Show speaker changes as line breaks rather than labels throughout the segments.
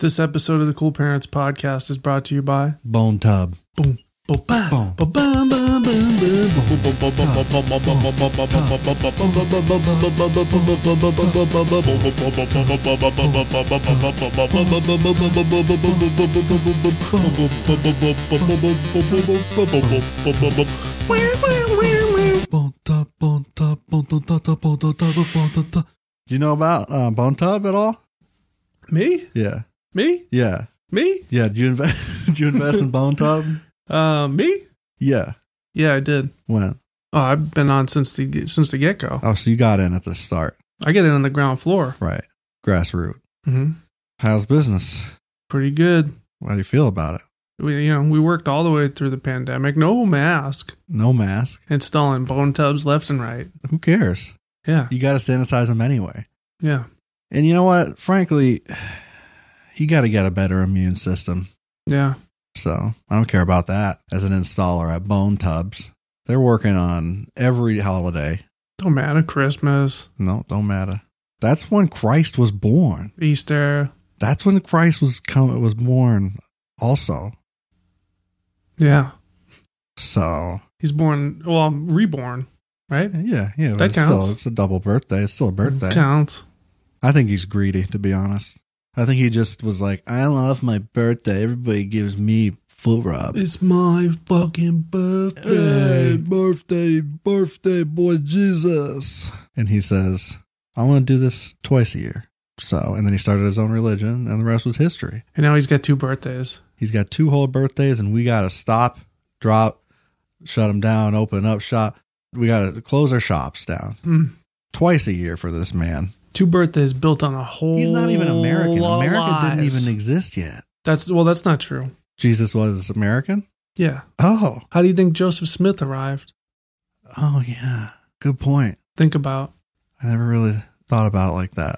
This episode of the Cool Parents Podcast is brought to you by
Bone tub.
Boom. Boom. Boom. Boom. Boom. Boom. Boom.
Bone tub, bone tub, bone tub, tub, tub, bone tub, tub, bone tub, tub. Do you know about uh, bone tub at all?
Me?
Yeah,
Me?
yeah,
Me?
yeah. Do you invest? do you invest in bone tub?
Uh, me?
Yeah.
Yeah, I did.
When?
Oh, I've been on since the since the get go.
Oh, so you got in at the start,
I get in on the ground floor.
right? Grassroots.
Mm-hmm.
How's business?
Pretty good.
How do you feel about it?
We you know we worked all the way through the pandemic, no mask,
No mask.
installing bone tubs left and right.
Who cares?
Yeah,
You got to sanitize them anyway.
yeah,
And you know what? Frankly, you got to get a better immune system.
yeah.
So I don't care about that as an installer at Bone Tubs. They're working on every holiday.
Don't matter. Christmas,
No, don't matter. That's when Christ was born.
Easter.
That's when Christ was come was born also.
Yeah,
So
he's born. Well, reborn. Right?
yeah, yeah. but
That
it's still
counts.
it's a double birthday. It's still a birthday.
Counts.
I think he's greedy, to be honest. I think he just was like, I love my birthday. Everybody gives me foot rub.
It's my fucking
Hey,
birthday.
birthday, birthday, boy Jesus. And he says, I want to do this twice a year. So, and then he started his own religion, and the rest was history.
And now he's got two birthdays.
He's got two whole birthdays, and we got to stop, drop, shut him down, open up shop. We got to close our shops down
Hmm.
twice a year for this man.
Two birthdays built on a whole.
He's not even American.
lot of
America didn't
lies.
even exist yet.
That's well. That's not true.
Jesus was American?
Yeah.
Oh,
How do you think Joseph Smith arrived?
oh, yeah. Good point.
Think about.
I never really thought about it like that.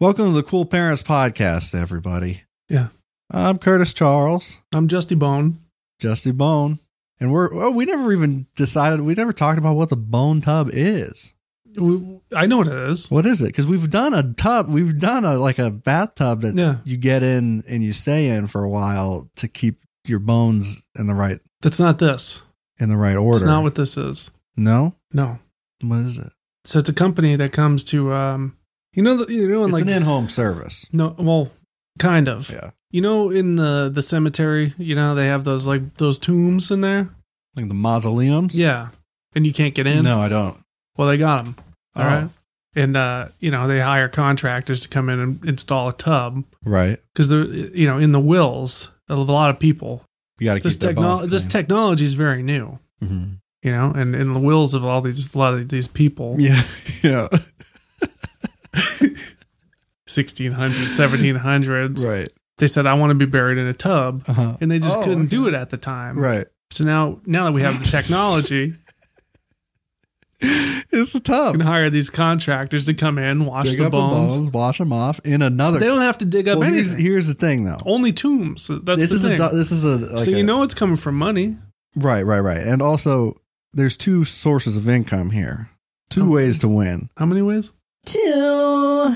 Welcome to the Cool Parents Podcast, everybody.
Yeah.
I'm Curtis Charles,
I'm Justy Bone.
Justy Bone, and we're oh, we never even decided we never talked about what the bone tub is.
We- I know what it is.
What is it? Because we've done a tub, we've done a like a bathtub that
Yeah.
you get in and you stay in for a while to keep your bones in the right
That's not this.
in the right order.
It's not what this is.
no,
No.
what is it?
So it's a company that comes to, um, you know, the, you know, in
It's
like
an in-home service.
no, well, kind of.
Yeah,
You know, in the the cemetery, you know, how they have those like those tombs in there.
like the mausoleums.
Yeah, and you can't get in.
no, I don't.
Well, they got them. All
Oh,
right. And uh, you know, they hire contractors to come in and install a tub
right.
because they're you know in the wills of a lot of people.
You got to
This
keep their bones
technology, this
clean.
technology is very new.
Mhm.
You know, and in the wills of all these a lot of these people.
Mm-hmm. Yeah, yeah,
1600s, 1700s.
right.
They said, I want to be buried in a tub.
Uh-huh.
And they just
Oh,
couldn't do
okay.
it at the time.
Right,
So now, now that we have the technology,
it's a
we
tub.
can hire these contractors to come in, wash
Dig
the
up the
bones.
bones, wash them off in another.
They don't have to dig up
Well, here's,
anything.
here's the thing, though.
Only tombs. That's
this
the
is
thing.
a do- this is a like
so you
a-
know it's coming from money.
right, right, right. And also, there's two sources of income here, two
Okay.
ways to win,
How many ways?
Two.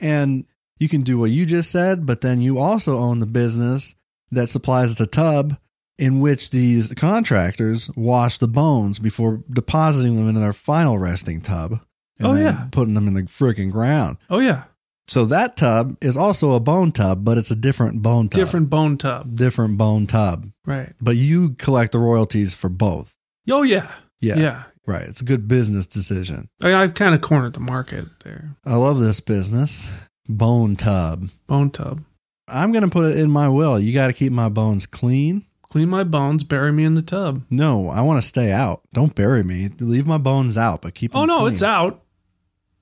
and you can do what you just said, but then you also own the business that supplies the tub in which these contractors wash the bones before depositing them into their final resting tub. And
Oh,
then
yeah.
putting them in the freaking ground.
Oh yeah,
So that tub is also a bone tub, but it's a different bone tub.
different bone tub.
different bone tub.
Right.
But you collect the royalties for both.
Oh yeah.
Yeah.
Yeah.
Right. It's a good business decision.
I, I've kind of cornered the market there.
I love this business. Bone tub.
Bone tub.
I'm going to put it in my will. You got to keep my bones clean.
Clean my bones. Bury me in the tub.
No, I want to stay out. Don't bury me. Leave my bones out, but keep
Oh
them
no,
clean.
it's out.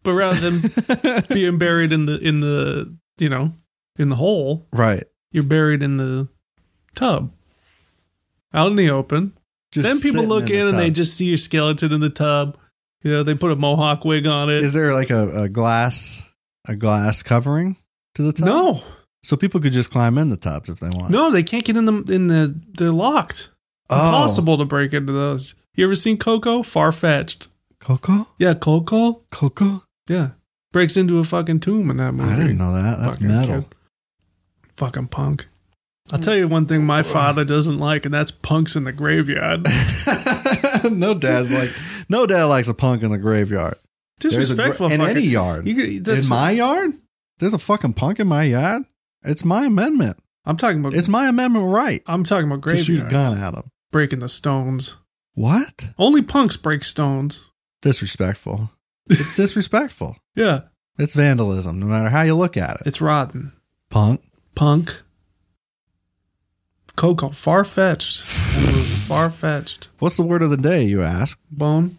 But rather than being buried in the in the you know in the hole.
Right.
You're buried in the tub, out in the open.
Just
then people
sitting
look in,
the
and they
tub.
just see your skeleton in the tub. You know, they put a mohawk wig on it.
Is there like a, a glass a glass covering to the tub?
no,
So people could just climb in the tubs if they want.
no, they can't get in the in the. They're locked.
Oh.
Impossible to break into those. You ever seen Coco? Far fetched.
Coco?
Yeah, Coco.
Coco?
Yeah, breaks into a fucking tomb in that movie.
I didn't know that. That's
Fucking
metal.
kid. Fucking punk. I'll tell you one thing my father doesn't like, and that's punks in the graveyard.
no dad's like no dad likes a punk in the graveyard. There's a gra-
Disrespectful.
in
fucking-
any yard.
You could- that's-
in my yard? There's a fucking punk in my yard? It's my amendment.
I'm talking about.
It's my amendment right
I'm talking about
to shoot a gun
graveyards.
at him.
Breaking the stones.
What?
Only punks break stones.
Disrespectful. It's disrespectful.
Yeah,
It's vandalism, no matter how you look at it.
it's rotten.
Punk.
Punk. Coco, far fetched. Far fetched.
What's the word of the day, you ask?
Bone.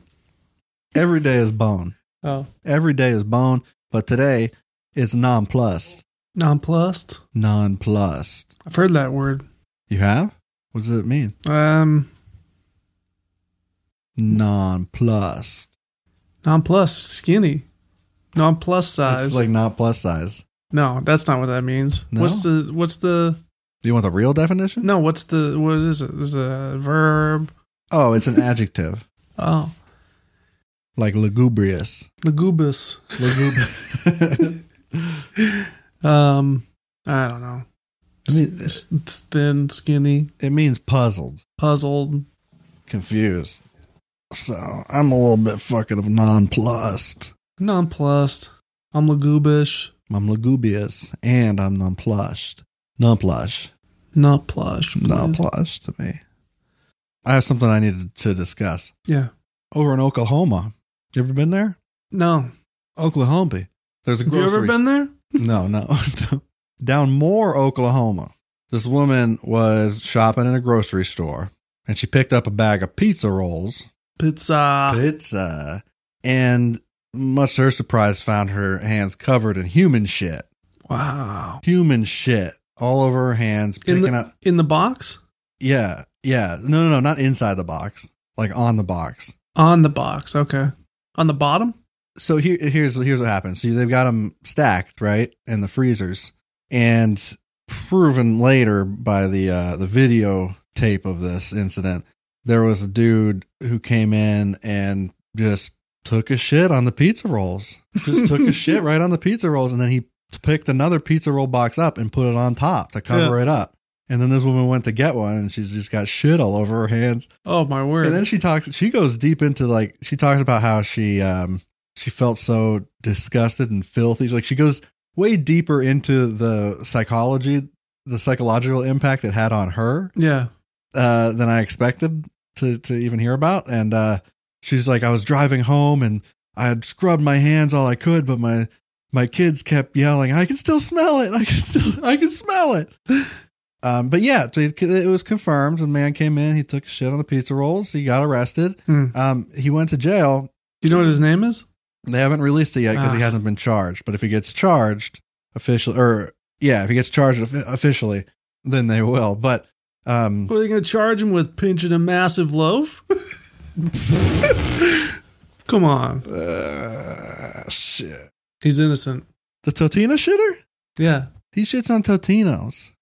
Every day is bone.
Oh,
Every day is bone, but today it's nonplussed.
nonplussed.
Nonplussed.
I've heard that word.
You have? What does it mean?
Um,
Nonplussed.
nonplussed, skinny, nonplus size.
It's like not plus size.
No, that's not what that means.
No?
What's the what's the
Do you want the real definition?
no? What's the what is it? Is a verb?
Oh, it's an adjective.
Oh,
Like lugubrious.
lugubrious.
Lugub-
Um, I don't know.
I mean,
S- s- thin, skinny,
it means puzzled,
puzzled.
confused. So I'm a little bit fucking of nonplussed.
Nonplussed. I'm lugubish.
I'm lugubrious and I'm nonplussed. Nonplush.
Not plush.
Nonplush to me. I have something I needed to discuss.
Yeah.
Over in Oklahoma. You ever been there?
No.
Oklahoma. There's a
Have you
grocery
ever been there?
No, no. Down Moore, Oklahoma. This woman was shopping in a grocery store and she picked up a bag of pizza rolls,
Pizza.
pizza, and much to her surprise, found her hands covered in human shit.
Wow.
Human shit all over her hands,
In
picking
the,
up.
in the box?
Yeah, yeah. No, no, no, not inside the box, like on the box.
On the box. Okay. On the bottom?
so here, here's here's what happens. So they've got them stacked right in the freezers, and proven later by the uh, the video tape of this incident, there was a dude who came in and just took a shit on the pizza rolls. Just took a shit right on the pizza rolls, and then he picked another pizza roll box up and put it on top to cover it up. And then this woman went to get one, and she's just got shit all over her hands.
Oh, my word.
And then she talks. She goes deep into like she talks about how she um she felt so disgusted and filthy. Like she goes way deeper into the psychology, the psychological impact it had on her
yeah.
uh, than I expected to to even hear about. And uh, she's like, I was driving home and I had scrubbed my hands all I could, but my my kids kept yelling, I can still smell it. I can still I can smell it. Um, but yeah, so it, it was confirmed. A man came in, he took a shit on the pizza rolls, he got arrested.
Hmm.
Um, he went to jail.
Do you know what his name is?
They haven't released it yet because he
Ah.
hasn't been charged. But if he gets charged officially, or yeah, if he gets charged offi- officially, then they will. But um,
What are they going to charge him with pinching a massive loaf? Come on.
uh, shit.
He's innocent.
The Totino shitter?
Yeah,
He shits on Totinos.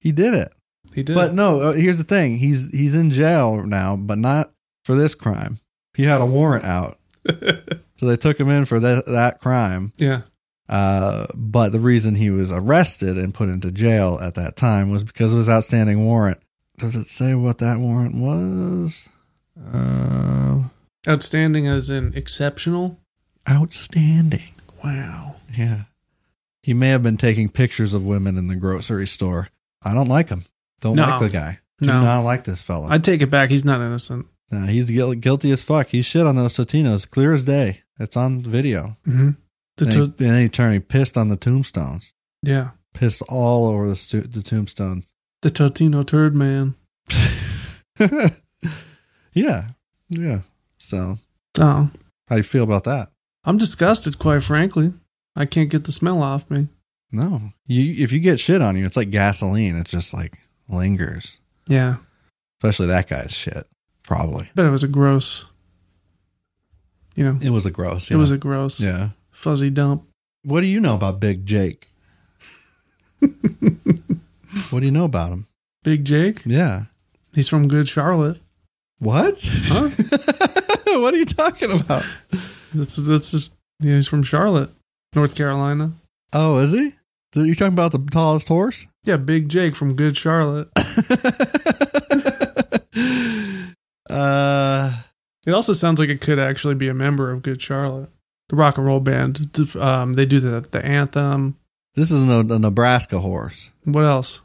he did it.
he did.
But no, uh, here's the thing. He's he's in jail now, but not for this crime. He had a warrant out. so they took him in for that that crime.
yeah.
Uh, but the reason he was arrested and put into jail at that time was because of his outstanding warrant. Does it say what that warrant was? Uh,
Outstanding as in exceptional.
outstanding.
Wow.
Yeah. He may have been taking pictures of women in the grocery store. I don't like him. Don't
No.
like the guy. Do
No.
not like this fella.
I take it back. He's not innocent.
no, he's guil- guilty as fuck. He's shit on those Totinos, clear as day. It's on video.
Mm-hmm. The
and,
to-
he, and then he turned, he pissed on the tombstones.
yeah.
Pissed all over the, stu- the tombstones.
The Totino turd man.
yeah. Yeah. So,
Oh,
how do you feel about that?
I'm disgusted, quite frankly. I can't get the smell off me.
No. You if you get shit on you, it's like gasoline. It just like lingers.
Yeah.
Especially that guy's shit. Probably.
But it was a gross, you know,
It was a gross.
it was
yeah.
a gross
Yeah.
fuzzy dump.
What do you know about Big Jake? what do you know about him?
Big Jake,
Yeah.
he's from Good Charlotte.
What?
Huh?
what are you talking about?
That's that's just yeah, he's from Charlotte, North Carolina.
Oh, is he? You're talking about the tallest horse?
Yeah, Big Jake from Good Charlotte.
uh,
It also sounds like it could actually be a member of Good Charlotte, the rock and roll band. The- Um, they do the the anthem.
this is a, a Nebraska horse.
What else?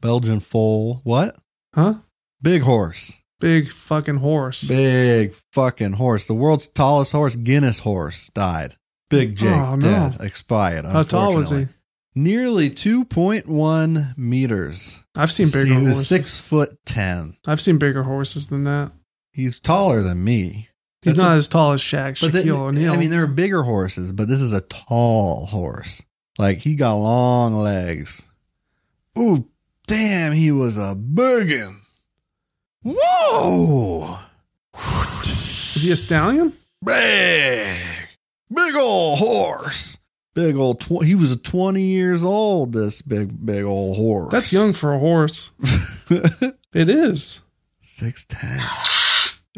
Belgian foal. What?
Huh?
Big horse.
Big fucking horse.
Big fucking horse. The world's tallest horse, Guinness horse, died. Big Jake
Oh, no.
dead, expired.
How tall was he?
unfortunately. Nearly 2.1 meters.
I've seen
See,
bigger
he was
horses.
six foot ten.
I've seen bigger horses than that.
He's taller than me.
He's
That's
not
a-
as tall as Shaq,
But
Shaquille
then,
O'Neal.
I mean, there are bigger horses, but this is a tall horse. Like he got long legs. Ooh, damn, he was a biggin. Whoa,
is he a stallion?
big, big old horse. Big old. Tw- he was twenty years old. This big, big old horse.
That's young for a horse. It is.
Six ten.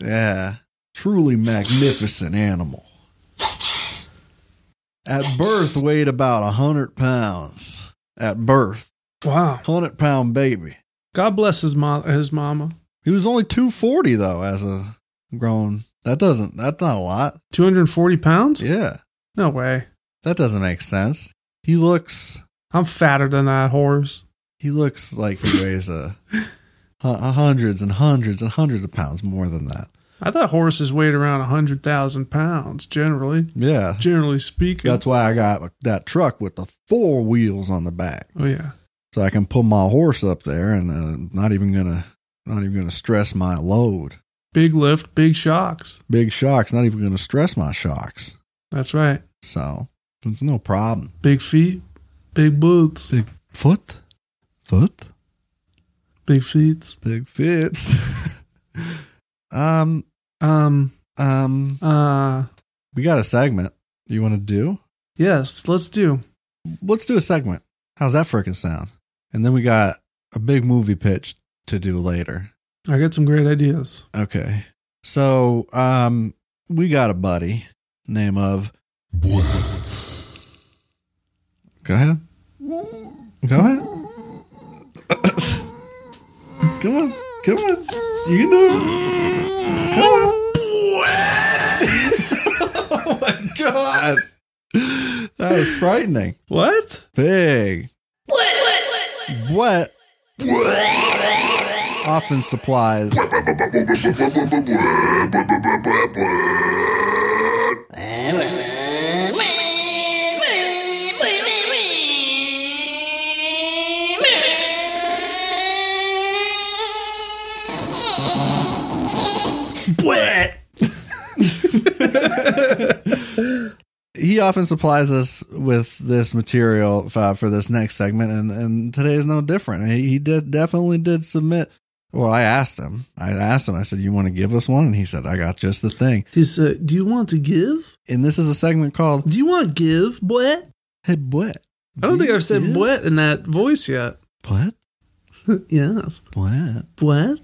Yeah. Truly magnificent animal. At birth weighed about a hundred pounds. At birth.
Wow.
Hundred pound baby.
God bless his mom, his mama.
He was only two forty though as a grown that doesn't that's not a lot.
Two hundred and forty pounds?
Yeah.
No way.
That doesn't make sense. He looks
I'm fatter than that horse.
he looks like he weighs a, a hundreds and hundreds and hundreds of pounds more than that.
I thought horses weighed around hundred thousand pounds generally.
Yeah.
Generally speaking.
That's why I got that truck with the four wheels on the back.
oh yeah.
so I can put my horse up there and uh, not even gonna not even gonna stress my load.
Big lift, big shocks.
Big shocks, not even gonna stress my shocks.
That's right.
So it's no problem.
Big feet, big boots,
Big foot, foot,
big feet.
big fits. um,
Um
um,
uh
we got a segment. You want to do?
yes, let's do.
Let's do a segment. How's that frickin' sound? And then we got a big movie pitch to do later.
I got some great ideas.
Okay. So, um, we got a buddy name of Go ahead. Go ahead. come on. Come on. You can do it. Come on. oh my god. That was frightening.
What?
Big. What? Often supplies he often supplies us with this material uh, for this next segment, and, and today is no different. He, he did definitely did submit. Well, I asked him. I asked him. I said, "You want to give us one?" And he said, "I got just the thing."
He said, Do you want to give?
And this is a segment called
Do you want give, boy?
"Hey, what?"
I don't think I've said
Yeah.
"bwet" in that voice yet.
What?
yes,
What?
"bwet."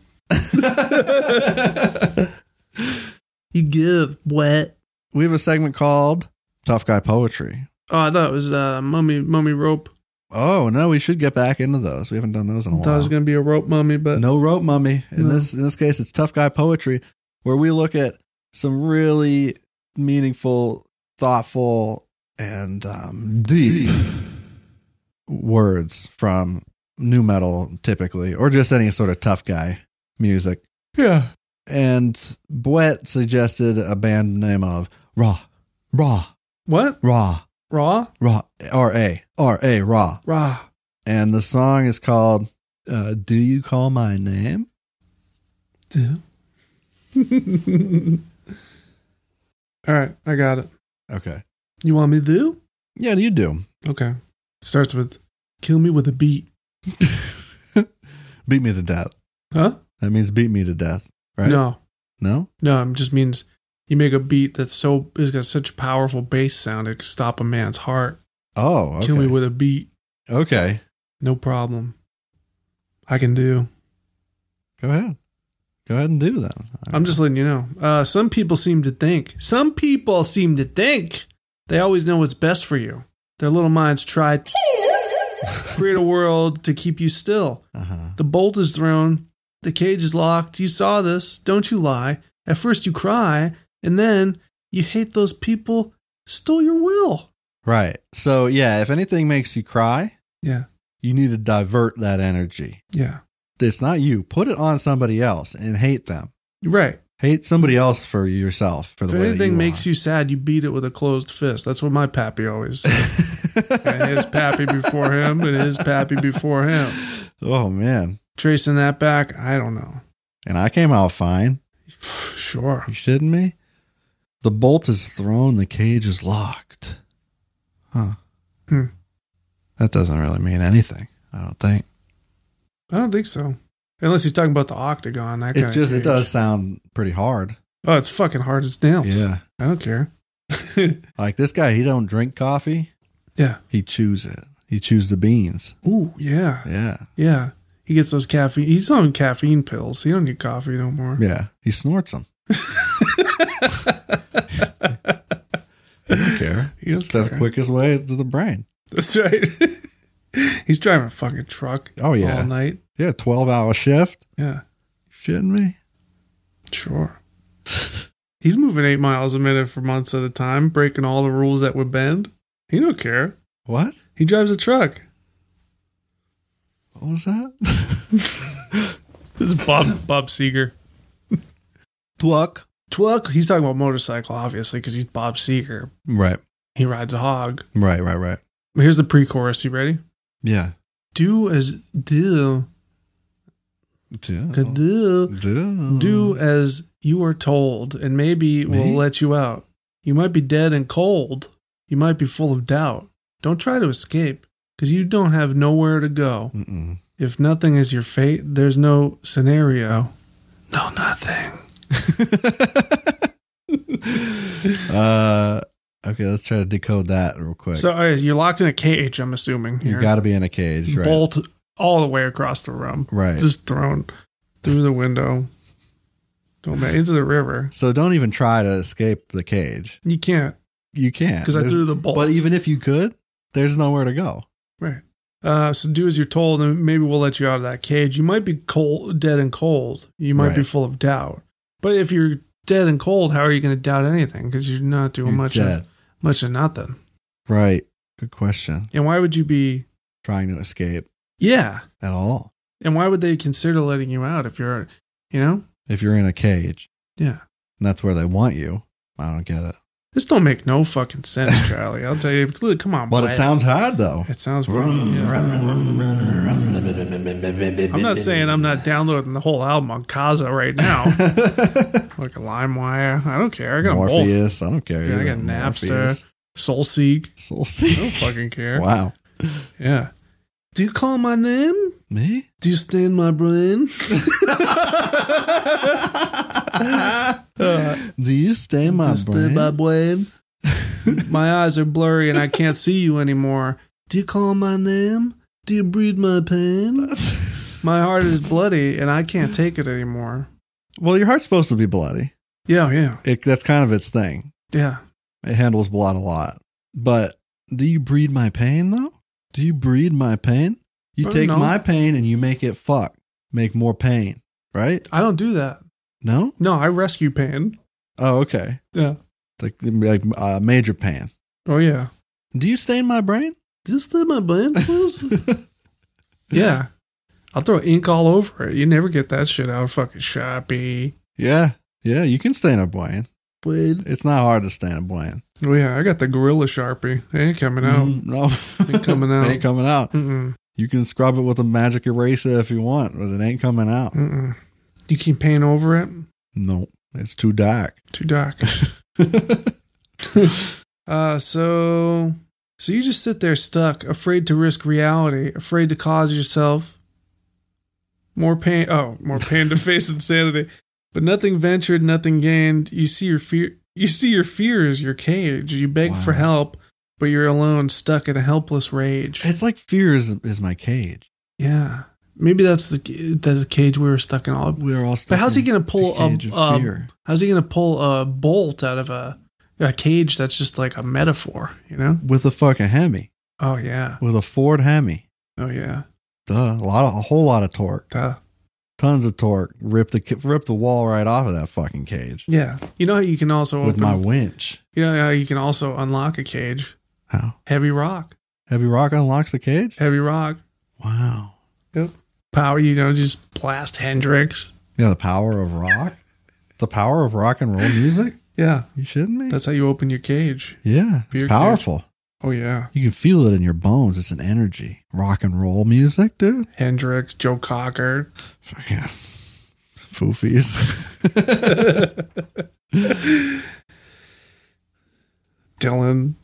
You give "bwet."
We have a segment called "Tough Guy Poetry."
Oh, I thought it was uh, mummy mummy rope.
Oh no, we should get back into those. We haven't done those in a
I thought it
while.
was gonna be a rope mummy, but
no rope mummy in
No.
this in this case it's tough guy poetry where we look at some really meaningful thoughtful and um, deep words from new metal typically or just any sort of tough guy music
yeah,
and Bwet suggested a band name of Raw Raw
what
Raw
raw
Raw R A R A Raw
raw?
and the song is called uh, Do You Call My Name
Yeah. All right, I got it.
okay
You want me to?
yeah you do
Okay. starts with "Kill me with a beat,"
Beat me to death.
huh?
That means beat me to death, right?
No,
No?
no, it just means you make a beat that's so it's got such powerful bass sound it can stop a man's heart.
Oh, okay.
Kill me with a beat,
okay.
no problem. I can do.
Go ahead. Go ahead and do that.
I'm just letting you know. Uh, some people seem to think. Some people seem to think they always know what's best for you. Their little minds try to create a world to keep you still.
Uh-huh.
The bolt is thrown. The cage is locked. You saw this. Don't you lie. At first you cry, and then you hate those people. Stole your will.
Right. So, yeah, if anything makes you cry,
Yeah.
you need to divert that energy.
Yeah.
It's not you. Put it on somebody else and hate them.
You're right.
Hate somebody else for yourself for
If
the way
anything
that
makes you sad, you beat it with a closed fist. That's what my pappy always said. and his pappy before him, and his pappy before him.
Oh man.
Tracing that back, I don't know.
And I came out fine.
Sure.
You shitting me? The bolt is thrown, the cage is locked. Huh.
Hmm.
That doesn't really mean anything, I don't think.
I don't think so. Unless he's talking about the octagon. That
it
kinda
just it
cage.
does sound pretty hard.
Oh, it's fucking hard as nails.
Yeah.
I don't care.
Like this guy, he don't drink coffee.
yeah.
He chews it. He chews the beans.
Ooh, yeah.
Yeah.
Yeah. He gets those caffeine. He's on caffeine pills. He don't need coffee no more.
Yeah. He snorts them. I don't care.
He does
It's the
care.
quickest way to the brain.
That's right. he's driving a fucking truck.
Oh, yeah.
All night.
Yeah, twelve hour shift.
Yeah.
Shitting me?
Sure. He's moving eight miles a minute for months at a time, breaking all the rules that would bend. He don't care.
What?
He drives a truck.
What was that?
This is Bob Bob Seeger.
Pluck.
Twerk. He's talking about motorcycle, obviously, because he's Bob Seeger.
Right.
He rides a hog.
Right, right, right.
Here's the pre-chorus. You ready?
Yeah.
Do as do,
Do.
do,
Do.
do as you are told, and maybe
Me?
we'll let you out. You might be dead and cold. You might be full of doubt. Don't try to escape, because you don't have nowhere to go.
Mm-mm.
If nothing is your fate, there's no scenario. No, nothing.
Uh, okay, let's try to decode that real quick.
So all right, you're locked in a cage. I'm assuming
you
here.
got to be in a cage, right?
bolt all the way across the room.
Right.
Just thrown through the window. Don't ma- into the river.
so don't even try to escape the cage.
You can't
You can't
because I
There's-
threw the bolt.
But even if you could, there's nowhere to go.
right. Uh, so do as you're told, and maybe we'll let you out of that cage. You might be cold, dead and cold. You might be
Right.
full of doubt. But if you're dead and cold, how are you going to doubt anything? Because you're not doing
You're
much,
dead.
Of, much of nothing.
Right. Good question.
And why would you be?
Trying to escape
Yeah.
at all
And why would they consider letting you out if you're, you know?
if you're in a cage
Yeah.
and that's where they want you. I don't get it.
This don't make no fucking sense, Charlie. I'll tell you. Look, Come on,
But
Black.
it sounds hard though.
It sounds. yeah. I'm not saying I'm not downloading the whole album on Kaza right now, like a LimeWire. I don't care. I got 'em both.
Morpheus. I don't care.
Yeah, I
either.
got Napster.
Morpheus.
SoulSeek. I
Soul
don't
Seek.
fucking care.
Wow.
Yeah. Do you call my name?
Me?
Do you stain my brain? Uh,
Do you stay my
Just
brain?
did my blade. my eyes are blurry and I can't see you anymore. Do you call my name? Do you breed my pain? My heart is bloody and I can't take it anymore.
well, your heart's supposed to be bloody.
Yeah, oh, yeah,
It, that's kind of its thing.
yeah.
It handles blood a lot. But do you breed my pain though? Do you breed my pain? You
Uh,
take
no.
my pain and you make it fuck, make more pain, right?
I don't do that.
No.
No, I rescue pain.
Oh, okay.
Yeah.
Like like uh, major pain.
Oh yeah.
Do you stain my brain?
Just in my band, please. yeah. I'll throw ink all over it. You never get that shit out of fucking Shopee.
yeah, yeah. You can stain a brain.
Blade.
It's not hard to stain a brain.
Oh yeah, I got the gorilla Sharpie. It ain't coming out.
Mm, no,
Ain't coming out.
ain't coming out.
Mm-mm.
You can scrub it with a magic eraser if you want, but it ain't coming out.
Mm-mm. You can paint over it.
No, it's too dark.
Too dark. uh, so So you just sit there stuck, afraid to risk reality, afraid to cause yourself more pain. Oh, more pain to face insanity. But nothing ventured, nothing gained. You see your fear. You see your fear is your cage. You beg for
Wow.
help, but you're alone, stuck in a helpless rage.
It's like fear is, is my cage.
yeah, maybe that's the that's the cage we were stuck in all.
We're all stuck.
But how's he
in
gonna pull
the
a, um,
cage of
a-
fear?
how's he gonna pull a bolt out of a a cage that's just like a metaphor, you know?
with a fucking Hemi,
Oh yeah,
with a Ford Hemi.
oh yeah.
Duh, a lot of, a whole lot of torque,
Duh.
tons of torque. Rip the ki- rip the wall right off of that fucking cage
Yeah, you know how you can also
with
open.
my winch.
you know how you can also unlock a cage.
How
Heavy rock,
heavy rock unlocks the cage?
heavy rock.
Wow.
Yep. Power, you know, just blast Hendrix.
You know the power of rock, the power of rock and roll music.
Yeah,
You shouldn't be.
that's how you open your cage.
yeah,
Beer
it's powerful.
Oh yeah,
You can feel it in your bones. It's an energy. Rock and roll music, dude.
Hendrix, Joe Cocker.
Fucking foofies.
Dylan.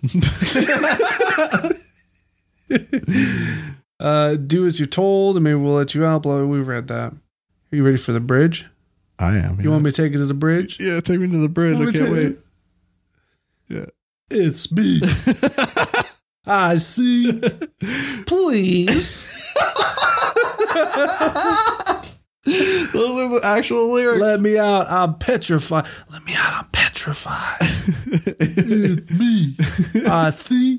uh, do as you're told, and maybe we'll let you out. Blah. blah, We read that. Are you ready for the bridge?
I am.
You want me to take you to the bridge?
Yeah, take me to the bridge.
Let
I
me
can't
tell
wait.
you.
Yeah.
It's me. I see. Please
Those are the actual lyrics.
let me out. I'm petrified. Let me out. I'm petrified. It's me. I see.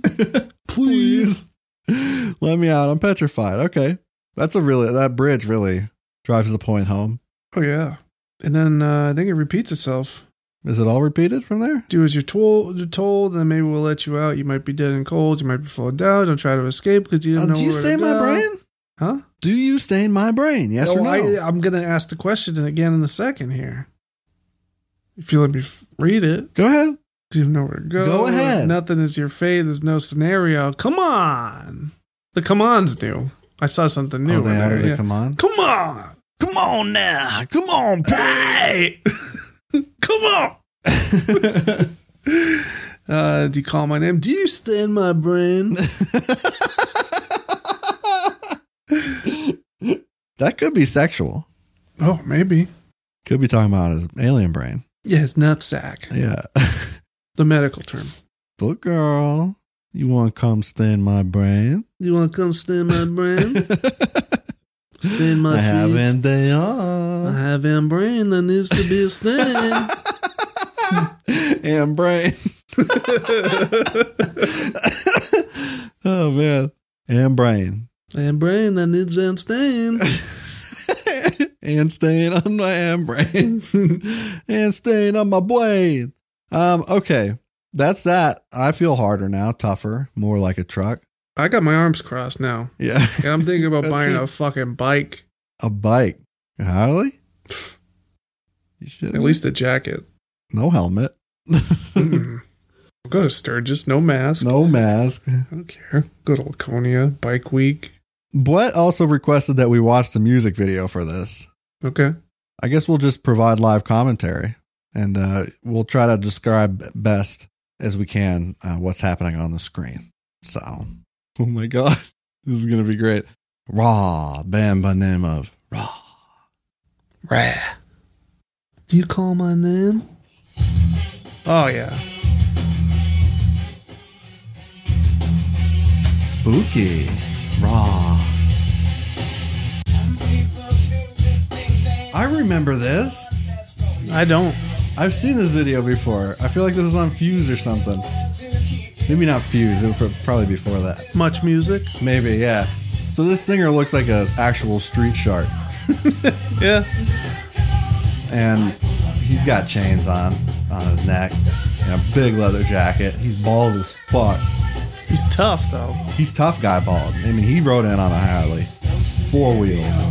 Please.
Please. Let me out. I'm petrified. Okay. That's a really, that bridge really drives the point home.
Oh yeah. And then uh, I think it repeats itself.
Is it all repeated from there?
Do as you're told, you're told, then maybe we'll let you out. You might be dead and cold. You might be full of doubt. Don't try to escape because you
Uh,
don't know.
do you
where to
stain my
go.
brain?
Huh?
Do you stain my brain? Yes or
No,
no?
I, uh, I'm gonna ask the question again in a second here. If you let me f- read it.
Go ahead.
You have nowhere to go.
Go ahead.
Nothing is your fate. There's no scenario. Come on. The come on's new. I saw something new.
oh, they
in there,
added
yeah.
it. Come on.
Come on.
Come on now. Come on,
Hey. come on. Uh, do you call my name? Do you stand my brain?
that could be sexual.
oh, maybe.
Could be talking about his alien brain.
Yeah, it's nutsack.
Yeah.
The medical term.
but girl, you want to come stain my brain?
You want to come stand my brain? stand my
I
feet.
haven't they
I
all.
have a brain that needs to be stand.
and brain. oh, man. And brain.
and brain that needs a stand.
and staying on my hand brain and staying on my blade. Um, okay, that's that. I feel harder now, tougher, more like a truck.
I got my arms crossed now.
Yeah,
And I'm thinking about
That's
buying
it.
a fucking bike.
a bike. Harley? You should
At least a jacket.
no helmet,
Mm. Go to Sturgis, no mask.
no mask.
I don't care. Go to Laconia, bike week.
But also requested that we watch the music video for this.
Okay.
I guess we'll just provide live commentary and uh, we'll try to describe best as we can uh, what's happening on the screen. So, oh my God, this is going to be great. Raw, band by name of Raw.
Rah. Do you call my name? Oh, yeah.
Spooky, Raw. I remember this.
I don't.
I've seen this video before. I feel like this is on Fuse or something. Maybe not Fuse, it would probably before that.
Much music.
Maybe, yeah. So this singer looks like an actual street shark,
Yeah.
and he's got chains on on his neck, and a big leather jacket. He's bald as fuck.
He's tough, though.
He's tough guy bald. I mean, he rode in on a Harley, four wheels.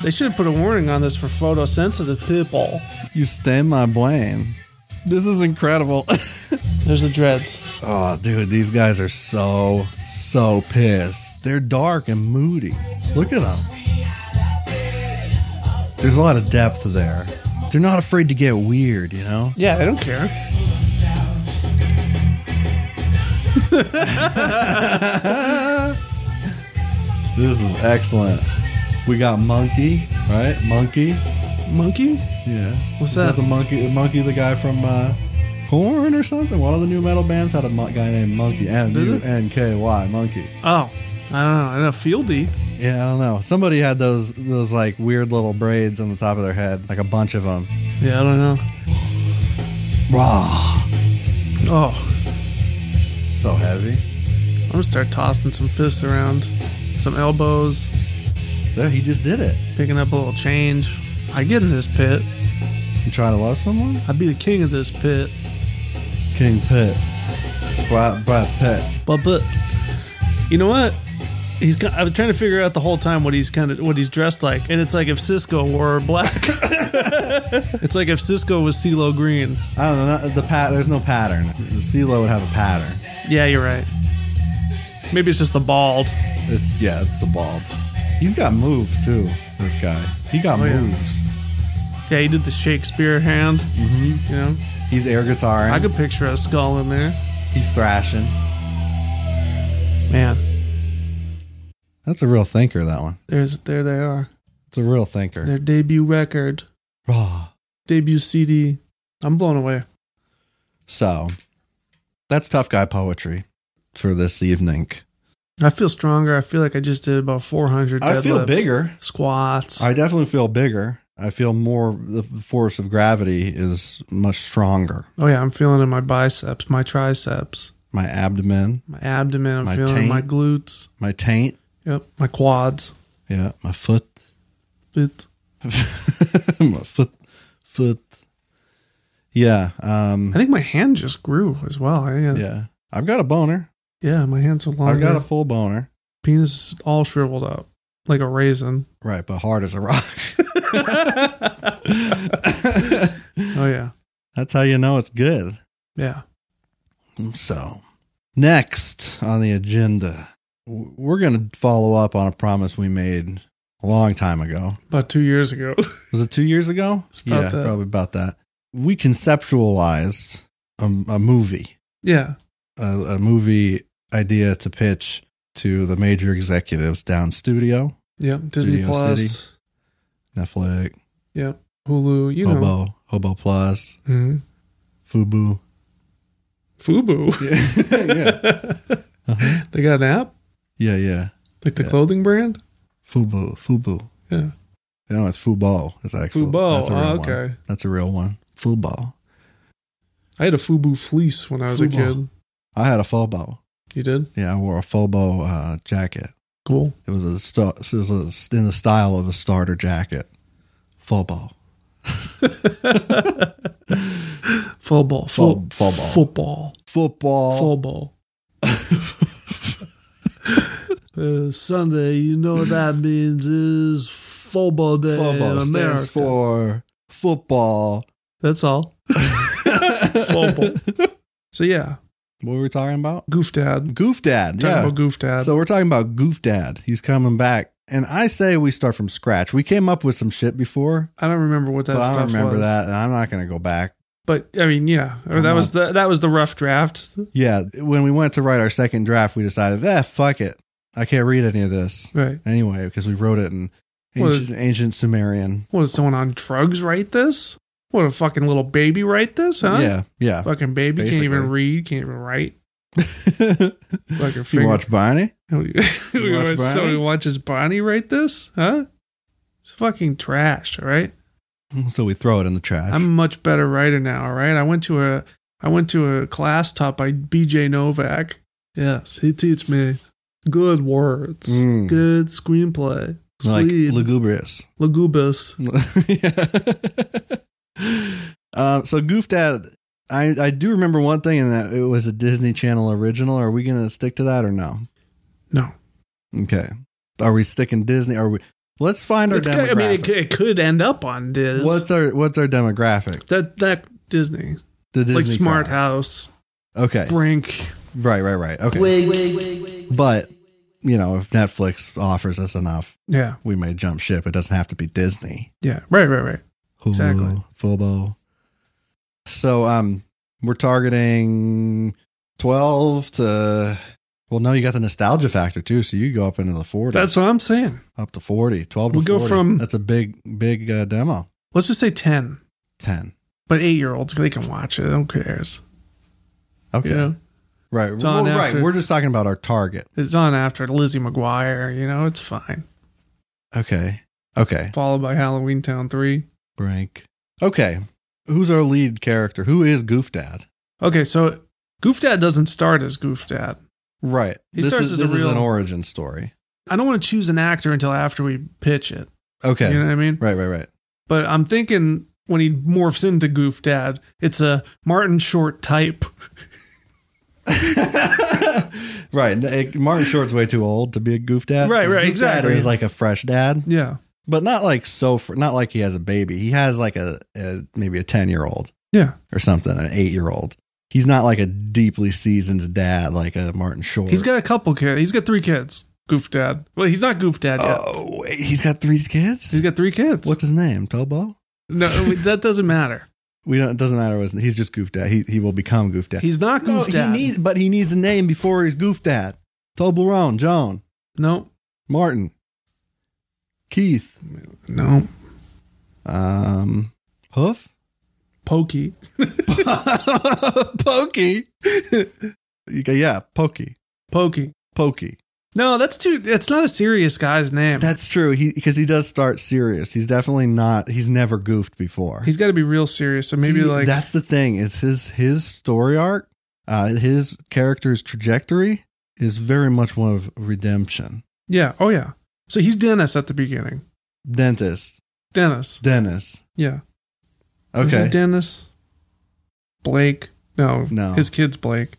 They should have put a warning on this for photosensitive people.
You stain my brain. This is incredible.
There's the dreads.
oh, dude, these guys are so so pissed. They're dark and moody. Look at them. There's a lot of depth there. They're not afraid to get weird, you know.
Yeah, I don't care.
This is excellent. We got monkey, right? Monkey.
Monkey?
Yeah.
What's
Is that
that?
the monkey? Monkey, the guy from uh, Corn or something. One of the new metal bands had a mon- guy named Monkey. M U N K Y. Monkey.
Oh, I don't know. I know Fieldy.
Yeah, I don't know. Somebody had those those like weird little braids on the top of their head, like a bunch of them.
Yeah, I don't know.
Raw.
Oh,
So heavy.
I'm gonna start tossing some fists around, some elbows,
There, he just did it.
picking up a little change. I get in this pit.
You trying to love someone?
I'd be the king of this pit.
King Pitt. Brad, Brad Pitt.
But but, you know what? He's. ki- I was trying to figure out the whole time what he's kind of what he's dressed like, and it's like if Cisco wore black. it's like if Cisco was CeeLo Green.
I don't know. Not, the pat. There's no pattern. CeeLo would have a pattern.
Yeah, you're right. Maybe it's just the bald.
It's yeah. It's the bald. He's got moves too. This guy. He got
Oh, yeah.
moves.
Yeah, he did the Shakespeare hand. Mm-hmm. You know,
He's air guitaring.
I could picture a skull in there.
He's thrashing.
Man,
That's a real thinker. That one.
there's there they are.
It's a real thinker. Ah.
Their debut record,
Raw.
debut CD. I'm blown away.
So that's tough guy poetry for this evening.
I feel stronger. I feel like I just did about 400.
I feel
deadlifts,
bigger.
squats.
I definitely feel bigger. I feel more. The force of gravity is much stronger.
Oh yeah, I'm feeling it in my biceps, my triceps,
My abdomen,
my abdomen. I'm
My
feeling it in my
taint.
glutes.
my taint.
Yep, my quads.
Yeah, my foot.
It,
my foot. Foot. Yeah. Um.
I think my hand just grew as well. I, yeah,
Yeah. I've got a boner.
yeah, my hands are longer.
I've got a full boner.
penis is all shriveled up like a raisin.
Right, but hard as a rock.
Oh yeah,
That's how you know it's good.
yeah.
So, next on the agenda, w- we're going to follow up on a promise we made a long time ago.
About two years ago.
Was it two years ago?
It's about
yeah,
that.
probably about that. We conceptualized a, a movie,
yeah,
a, a movie idea to pitch to the major executives down studio,
yep. Disney
Studio
Plus.
City. Netflix,
Yep. Hulu. You know.
Hobo, Hobo Plus,
Mhm.
Fubu.
Fubu.
yeah. Uh-huh.
they got an app
yeah, yeah.
like the clothing brand.
Fubu, Fubu.
Yeah.
No, it's Fubo. It's actually
Fubo,
That's a real
oh,
one.
okay.
That's a real one. Fubo.
I had a Fubu fleece when I was a
Fubu.
kid.
I had a Fobo.
You did?
Yeah, I wore a Fobo uh, jacket.
Cool.
It was a st- it was a, in the style of a starter jacket. Fobo.
Football. Fo-
Fo- football.
Football.
Football.
Football. uh, Sunday, you know what that means is football day
Fobo
in
stands
America.
for football.
That's all. football. So yeah,
What were we talking about?
Goof Dad.
Goof Dad.
Talking
yeah.
about Goof Dad.
So we're talking about Goof Dad. He's coming back. And I say we start from scratch. We came up with some shit before,
I don't remember what that
but
stuff
I don't remember
was.
that, and I'm not going to go back.
But I mean, yeah, Or
I'm
that was the that was the rough draft.
Yeah, when we went to write our second draft, we decided, eh, fuck it. I can't read any of this
Right.
anyway because we wrote it in ancient, ancient Sumerian.
What did someone on drugs write this? What a fucking little baby write this, huh?
Yeah, yeah.
Fucking baby can't even
Basically.
read, can't even write. Like your
you
finger.
watch Barney?
What do you-
You watch
watch
Barney?
someone watches Bonnie write this, huh? It's fucking trash. All right.
So we throw it in the trash.
I'm a much better writer now. All right. I went to a I went to a class taught by B.J. Novak. Yes, he teach me good words,
Mm.
good screenplay,
like
Squeed.
lugubrious.
Lugubus.
uh, so Goof Dad, I, I do remember one thing, and that it was a Disney Channel original. Are we going to stick to that or no?
No,
Okay. Are we sticking Disney? Are we? Let's find our
It's ki-
demographic.
I mean, it, c- it could end up on Diz.
what's our what's our demographic?
that? That Disney,
The Disney
like Smart
crowd.
House,
Okay.
Brink.
Right, right, right. Okay. But, you know, if Netflix offers us enough,
Yeah,
we may jump ship. It doesn't have to be Disney.
yeah, right, right, right.
Hulu,
Exactly.
Fubo. So um we're targeting 12 to, well, no, you got the nostalgia factor too. So you go up into the 40s.
That's what I'm saying.
up to 40. 12 to
We'll go
40.
from-
That's a big, big uh, demo.
Let's just say 10.
10.
But eight year olds, they can watch it. Who cares?
Okay.
You know,
Right.
It's on
Well, right.
after-
We're just talking about our target.
it's on after Lizzie McGuire. You know, it's fine.
Okay. Okay.
Followed by Halloween Town 3.
Brink. Okay. Who's our lead character? Who is Goof Dad?
Okay, so Goof Dad doesn't start as Goof Dad.
Right.
He
this
starts
is,
as a
this is
real-
an origin story.
I don't want to choose an actor until after we pitch it.
Okay.
You know what I mean?
Right, right, right.
But I'm thinking when he morphs into Goof Dad, it's a Martin Short type.
right. and, uh, Martin Short's way too old to be a Goof Dad.
Right,
His
right,
Goof Dad
exactly.
is like a fresh dad,
Yeah.
but not like so, fr- not like he has a baby. He has like a, a maybe a 10 year old.
Yeah.
or something, an eight year old. He's not like a deeply seasoned dad like a Martin Short.
He's got a couple kids. He's got three kids. Goof Dad. Well, he's not Goof Dad yet.
oh wait, he's got three kids.
He's got three kids.
What's his name? Tobo.
No, that doesn't matter.
We don't. It doesn't matter. What his, he's just Goof Dad. He he will become Goof Dad.
He's not
No,
Goof Dad.
He needs, but he needs a name before he's Goof Dad. Toblerone, Joan,
no,
Martin, Keith,
no.
um, Hoof,
Pokey.
Pokey. You go, yeah, Pokey,
Pokey.
Pokey.
No, that's too. That's not a serious guy's name.
That's true. He because he does start serious. He's definitely not. He's never goofed before.
he's got to be real serious. So maybe
He-
like
that's the thing is his his story arc, uh, his character's trajectory is very much one of redemption.
yeah. Oh yeah. So he's Dennis at the beginning.
Dentist
Dennis.
Dennis.
Yeah. Is
Okay,
it Dennis. Blake. No.
No.
His kid's Blake.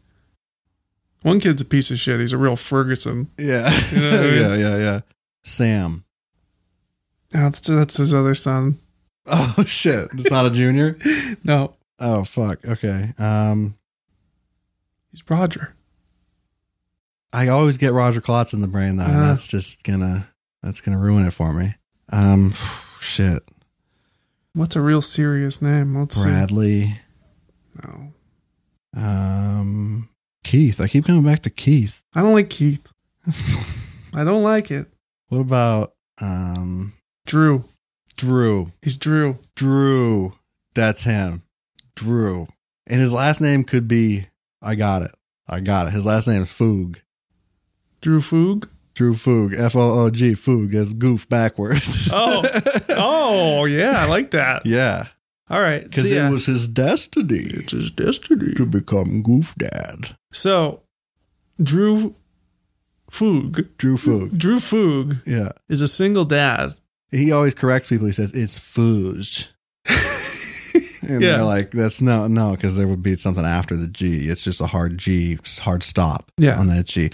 One kid's a piece of shit. He's a real Ferguson.
yeah,
You know what I mean?
yeah, yeah, yeah. Sam.
Oh, that's that's his other son.
Oh shit, it's not a junior.
No,
Oh fuck. Okay. Um,
he's Roger.
I always get Roger Klotz in the brain though. and
Uh.
that's just gonna that's gonna ruin it for me. Um, shit.
What's a real serious name? Let's
Bradley.
see. No.
Um, Keith. I keep coming back to Keith.
I don't like Keith. I don't like it.
What about um
Drew.
Drew?
He's Drew.
Drew. That's him. Drew. And his last name could be I got it. I got it. His last name is Foog.
Drew Foog.
Drew Foog. F O O G Foog as goof backwards.
Oh. Oh yeah, I like that.
yeah.
All right.
Because
so, yeah.
it was his destiny
it's his destiny.
to become Goof Dad.
So Drew Foog.
Drew Foog.
Drew Foog
Yeah.
is a single dad.
He always corrects people. He says, it's Foog. And
Yeah.
they're like, that's no, no, because there would be something after the G. It's just a hard G, hard stop
Yeah.
on that G.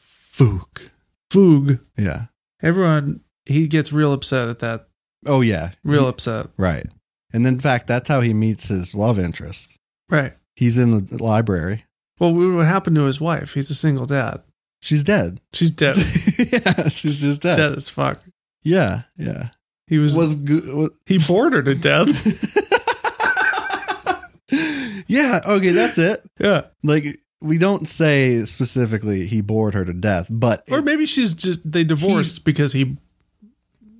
Fook.
Foog.
Yeah.
Everyone he gets real upset at that.
Oh, yeah.
Real upset.
Right. And in fact, that's how he meets his love interest.
Right.
He's in the library.
Well, what happened to his wife? He's a single dad.
She's dead.
She's dead.
yeah. She's just dead.
dead as fuck.
Yeah. Yeah.
He was,
Was, go- was
he bored her to death.
Yeah. Okay. That's it.
yeah.
Like, we don't say specifically he bored her to death, but
Or maybe she's just they divorced because he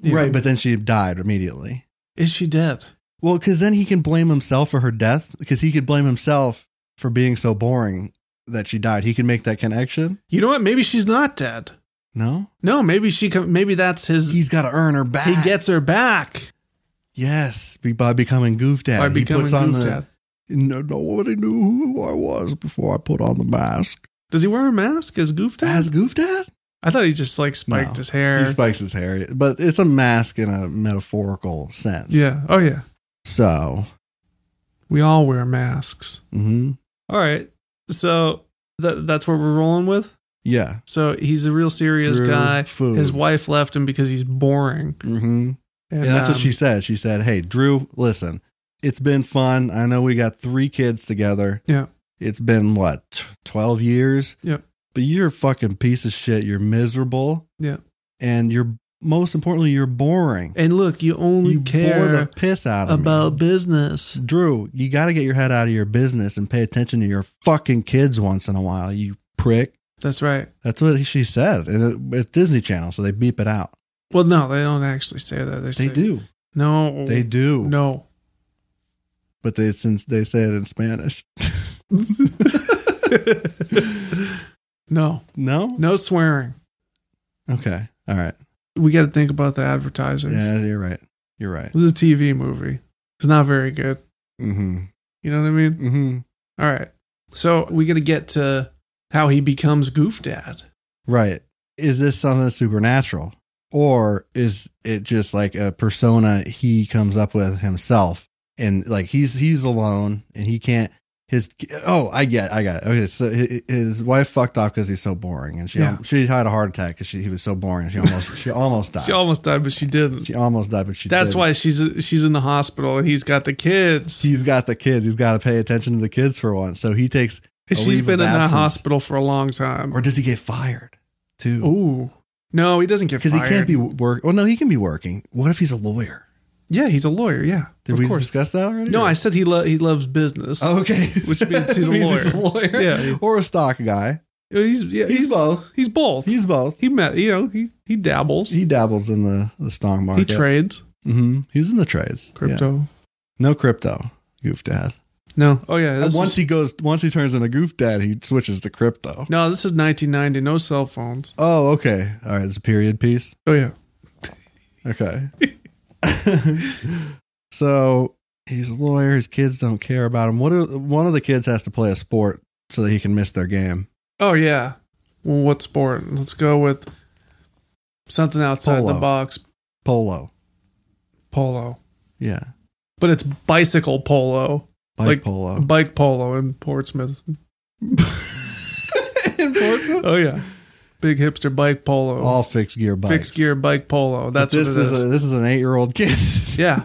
you
right.
know.
But then she died immediately.
is she dead?
Well, because then he can blame himself for her death because he could blame himself for being so boring that she died. He can make that connection.
You know what? Maybe she's not dead.
No,
No, maybe she com- maybe that's his
he's got to earn her back.
he gets her back
yes be- by becoming goof dad.
by
He
becoming
puts on
Goof
the-
Dad.
No, nobody knew who I was before I put on the mask.
Does he wear a mask as Goof Dad?
As goof dad,
I thought he just like spiked
No.
his hair.
he spikes his hair, but it's a mask in a metaphorical sense.
yeah. Oh yeah.
So,
We all wear masks.
hmm
All right. So that that's what we're rolling with.
yeah,
So he's a real serious
Drew
guy.
Foog.
His wife left him because he's boring.
hmm
And,
Yeah, that's what
um,
she said. She said, "Hey, Drew, listen, it's been fun. I know we got three kids together.
Yeah.
It's been what t- twelve years.
Yep.
But you're a fucking piece of shit. You're miserable.
Yeah.
And you're most importantly, you're boring.
And look, you only
you bore
care
the piss out of me.
about business.
Drew, you got to get your head out of your business and pay attention to your fucking kids once in a while, you prick.
That's right.
That's what she said. And it- it's Disney Channel, so they beep it out.
Well, no, they don't actually say that. They,
They
say,
do.
No.
They do.
No.
But they since they say it in Spanish.
no.
No?
No swearing.
Okay. All right.
We got to think about the advertisers.
Yeah, you're right. You're right.
This is a TV movie. It's not very good.
Mm-hmm.
You know what I mean?
Mm-hmm.
All right. So we got to get to how he becomes Goof Dad.
Right. Is this something supernatural? Or is it just like a persona he comes up with himself? And like he's he's alone and he can't his oh I get it, I got it okay so hi- his wife fucked off because he's so boring and she
Yeah.
she had a heart attack because she he was so boring and she almost she almost died
She almost died, but she didn't.
she almost died but she
That's
didn't.
why she's she's in the hospital and he's got the kids.
he's got the kids he's got to pay attention to the kids for once so he takes a
she's
leave
been in
of
that
absence.
hospital for a long time.
or does he get fired too
Ooh. No, he doesn't get
Because he
fired.
can't be work. Well, no, he can be working. What if he's a lawyer?
Yeah, he's a lawyer. Yeah,
Did
of
we
course.
discuss that already?
No,
Or-
I said he lo- he loves business.
Oh, okay,
Which means he's a
lawyer.
Yeah.
or a stock guy.
he's yeah,
He's both.
He's both.
He's both.
he met you know he he dabbles. He,
He dabbles in the the stock market.
trades
hmm He's in the trades. Yeah.
crypto.
No crypto. Goof dad.
No. Oh yeah.
And
This
once
is,
he goes, once he turns into goof dad, he switches to crypto.
no, this is 1990. No cell phones.
Oh, okay. All right. It's a period piece.
Oh yeah.
Okay. so he's a lawyer. His kids don't care about him. What? Are, one of the kids has to play a sport so that he can miss their game.
Oh yeah. Well, what sport? Let's go with something outside
Polo.
the box.
Polo.
Polo,
Yeah.
but it's bicycle polo,
Bike
Like-
polo.
bike polo in Portsmouth.
In Portsmouth?
Oh yeah. Big hipster bike polo.
All fixed gear bikes.
Fixed gear bike polo.
But
That's what
this
it is.
is, A, this is an eight year old kid.
Yeah.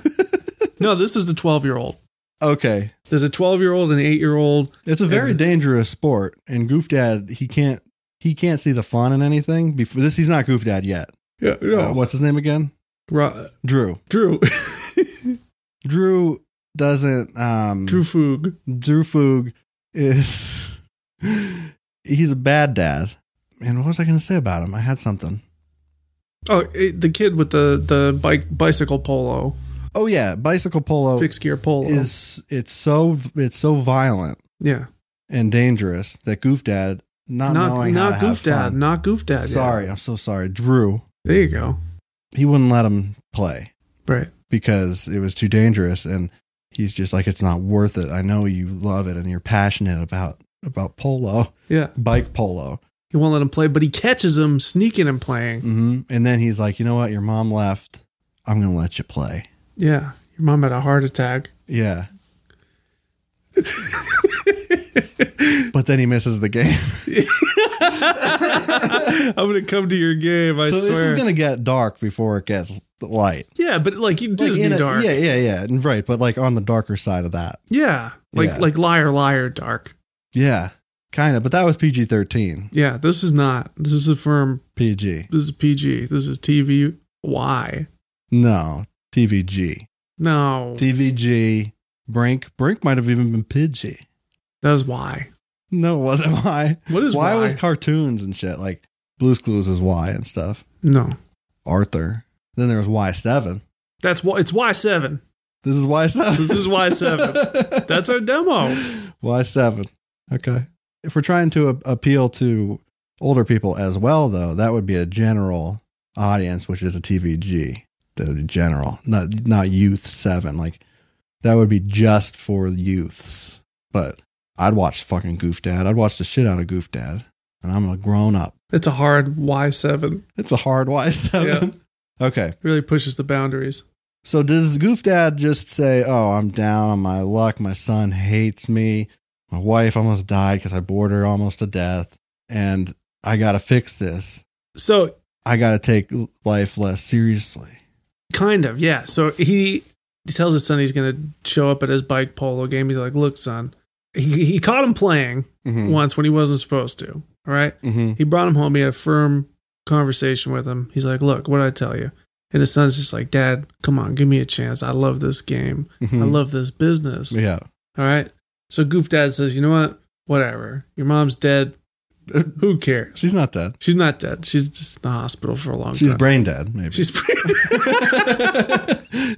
No, this is the 12 year old.
okay.
There's a 12 year old and an 8 year old.
It's a very
And-
dangerous sport, and Goof Dad he can't he can't see the fun in anything. Before this, he's not Goof Dad yet.
Yeah,
Uh, what's his name again?
Ro-
Drew.
Drew.
Drew doesn't. Um,
Drew Foog.
Drew Foog is he's a bad dad. And what was I going to say about him? I had something.
Oh, it, the kid with the, the bike bicycle polo,
Oh yeah, bicycle polo
fixed gear polo.
is it's so it's so violent
yeah.
and dangerous that Goof Dad not,
Not,
knowing
not
how to
Goof
have
Dad.
fun.
Not Goof Dad. yeah.
sorry, I'm so sorry. Drew,
There you go.
he wouldn't let him play
Right.
because it was too dangerous, and he's just like, it's not worth it. I know you love it and you're passionate about about polo,
Yeah.
bike polo.
He won't let him play, but he catches him sneaking and playing.
hmm And then he's like, you know what? Your mom left. I'm gonna let you play.
Yeah. Your mom had a heart attack.
Yeah. but then he misses the game.
I'm going to come to your game. I
so this
swear.
is gonna get dark before it gets light.
yeah, but like you
Like,
Disney
in a-
dark.
Yeah, yeah, yeah. And Right, but like on the darker side of that.
Yeah. Like
Yeah.
like liar liar dark.
Yeah, kind of. But that was PG thirteen.
Yeah, this is not. This is a firm
PG.
this is PG. This is TV Y.
No, TVG.
No.
TVG. Brink. Brink might have even been PG.
that was Y.
No, it wasn't why.
What is
why
Y?
was cartoons and shit like Blue's Clues is why and stuff.
No.
Arthur. Then there was Y seven.
That's why it's Y seven.
This is Y seven.
This is Y seven. That's our demo.
Why seven? Okay. If we're trying to a- appeal to older people as well, though, that would be a general audience, which is a TVG. That would be general, not not youth seven. Like that would be just for youths. But I'd watch fucking Goof Dad. I'd watch the shit out of Goof Dad, and I'm a grown up.
It's a hard Y seven.
It's a hard Y seven. Okay.
Really pushes the boundaries.
So does Goof Dad just say, "Oh, I'm down on my luck. My son hates me. My wife almost died because I bored her almost to death, and I gotta fix this.
So
I gotta take life less seriously."
kind of, yeah. So he he tells his son he's gonna show up at his bike polo game. He's like, Look, son. He he caught him playing
Mm-hmm.
once when he wasn't supposed to. All right.
Mm-hmm.
He brought him home. He had a firm conversation with him. He's like, "Look, what did I tell you?" And his son's just like, "Dad, come on, give me a chance. I love this game.
Mm-hmm. Hmm.
I love this business."
yeah.
All right. So Goof Dad says, "You know what? Whatever. Your mom's dead. Who cares?
She's not dead.
She's not dead. She's just in the hospital for a long
She's
time.
brain dead, maybe.
She's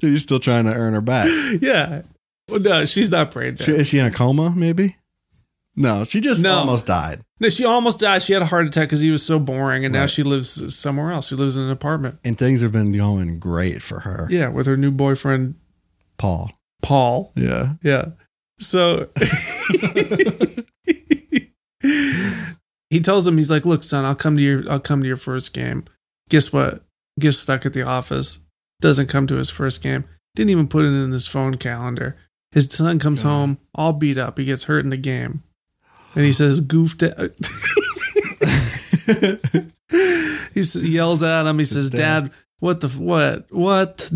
You're still trying to earn her back.
yeah. Well, no, she's not brain
She,
dead.
is she in a coma, maybe? No, she just
No.
almost died.
no, she almost died. She had a heart attack because he was so boring, and now
Right.
she lives somewhere else. She lives in an apartment.
And things have been going great for her.
Yeah, with her new boyfriend
Paul.
Paul.
Yeah.
Yeah. So he tells him, he's like, "Look, son, I'll come to your, I'll come to your first game. Guess what? Gets stuck at the office. Doesn't come to his first game. Didn't even put it in his phone calendar. His son comes
God.
home all beat up. He gets hurt in the game, and he says, "Goofed." out." he s- yells at him. He says,
Dad.
"Dad, what the f- what what